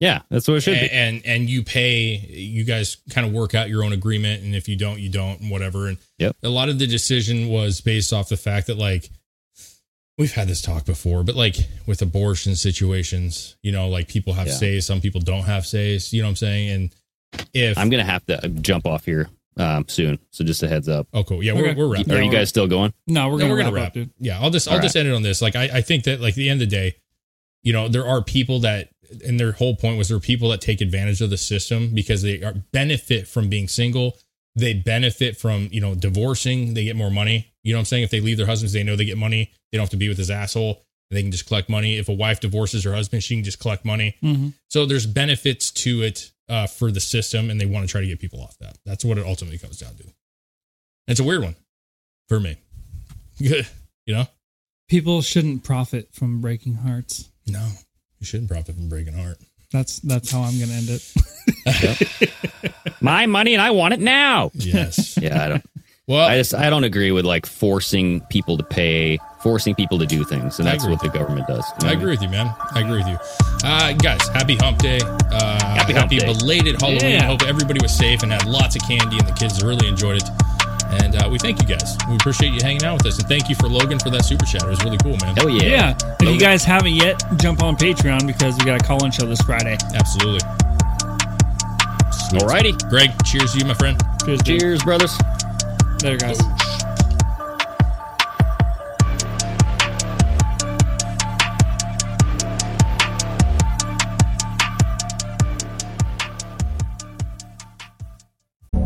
Speaker 3: yeah, that's what it should
Speaker 4: and,
Speaker 3: be.
Speaker 4: and and you pay you guys kind of work out your own agreement and if you don't you don't and whatever and
Speaker 3: Yep.
Speaker 4: a lot of the decision was based off the fact that like we've had this talk before but like with abortion situations you know like people have
Speaker 3: Yeah.
Speaker 4: say some people don't have says you know what i'm saying and if
Speaker 3: I'm gonna have to jump off here um, soon, so just a heads up.
Speaker 4: oh cool yeah we're,
Speaker 5: Okay.
Speaker 4: we're wrapped
Speaker 3: Are
Speaker 5: Yeah,
Speaker 3: you
Speaker 5: we're-
Speaker 3: guys still going?
Speaker 5: No, we're
Speaker 4: No,
Speaker 5: gonna, wrap, up, dude.
Speaker 4: Yeah, I'll just I'll
Speaker 3: All
Speaker 4: just end it on this. Like I, I think that like at the end of the day, you know, there are people that and their whole point was there are people that take advantage of the system because they are benefit from being single. They benefit from, you know, divorcing, they get more money. You know what I'm saying? If they leave their husbands, they know they get money. They don't have to be with this asshole. They can just collect money. If a wife divorces her husband, she can just collect money.
Speaker 5: Mm-hmm.
Speaker 4: So there's benefits to it uh, for the system, and they want to try to get people off that. That's what it ultimately comes down to. And it's a weird one for me. Good, you know.
Speaker 5: people shouldn't profit from breaking hearts.
Speaker 4: No, you shouldn't profit from breaking heart.
Speaker 5: That's that's how I'm gonna end it.
Speaker 3: My money and I want it now.
Speaker 4: Yes.
Speaker 3: Yeah, I don't.
Speaker 4: Well,
Speaker 3: I just I don't agree with like forcing people to pay, forcing people to do things, and
Speaker 4: I
Speaker 3: that's
Speaker 4: agree.
Speaker 3: what the government does. You know
Speaker 4: I
Speaker 3: what mean?
Speaker 4: agree with you, man. I agree with you. Uh, guys, happy hump day. Uh, happy,
Speaker 3: Happy Hump Day.
Speaker 4: belated Halloween.
Speaker 5: Yeah.
Speaker 4: Hope everybody was safe and had lots of candy, and the kids really enjoyed it. And uh, we thank you guys. We appreciate you hanging out with us. And thank you for Logan for that super chat. It was really cool, man.
Speaker 3: Hell yeah.
Speaker 5: Yeah. If you guys haven't yet, jump on Patreon because we got a call-in show this Friday.
Speaker 4: Absolutely. Sweet.
Speaker 3: Alrighty.
Speaker 4: Greg, cheers to you, my friend.
Speaker 5: Cheers. dude.
Speaker 3: Cheers, brothers.
Speaker 5: Later, guys.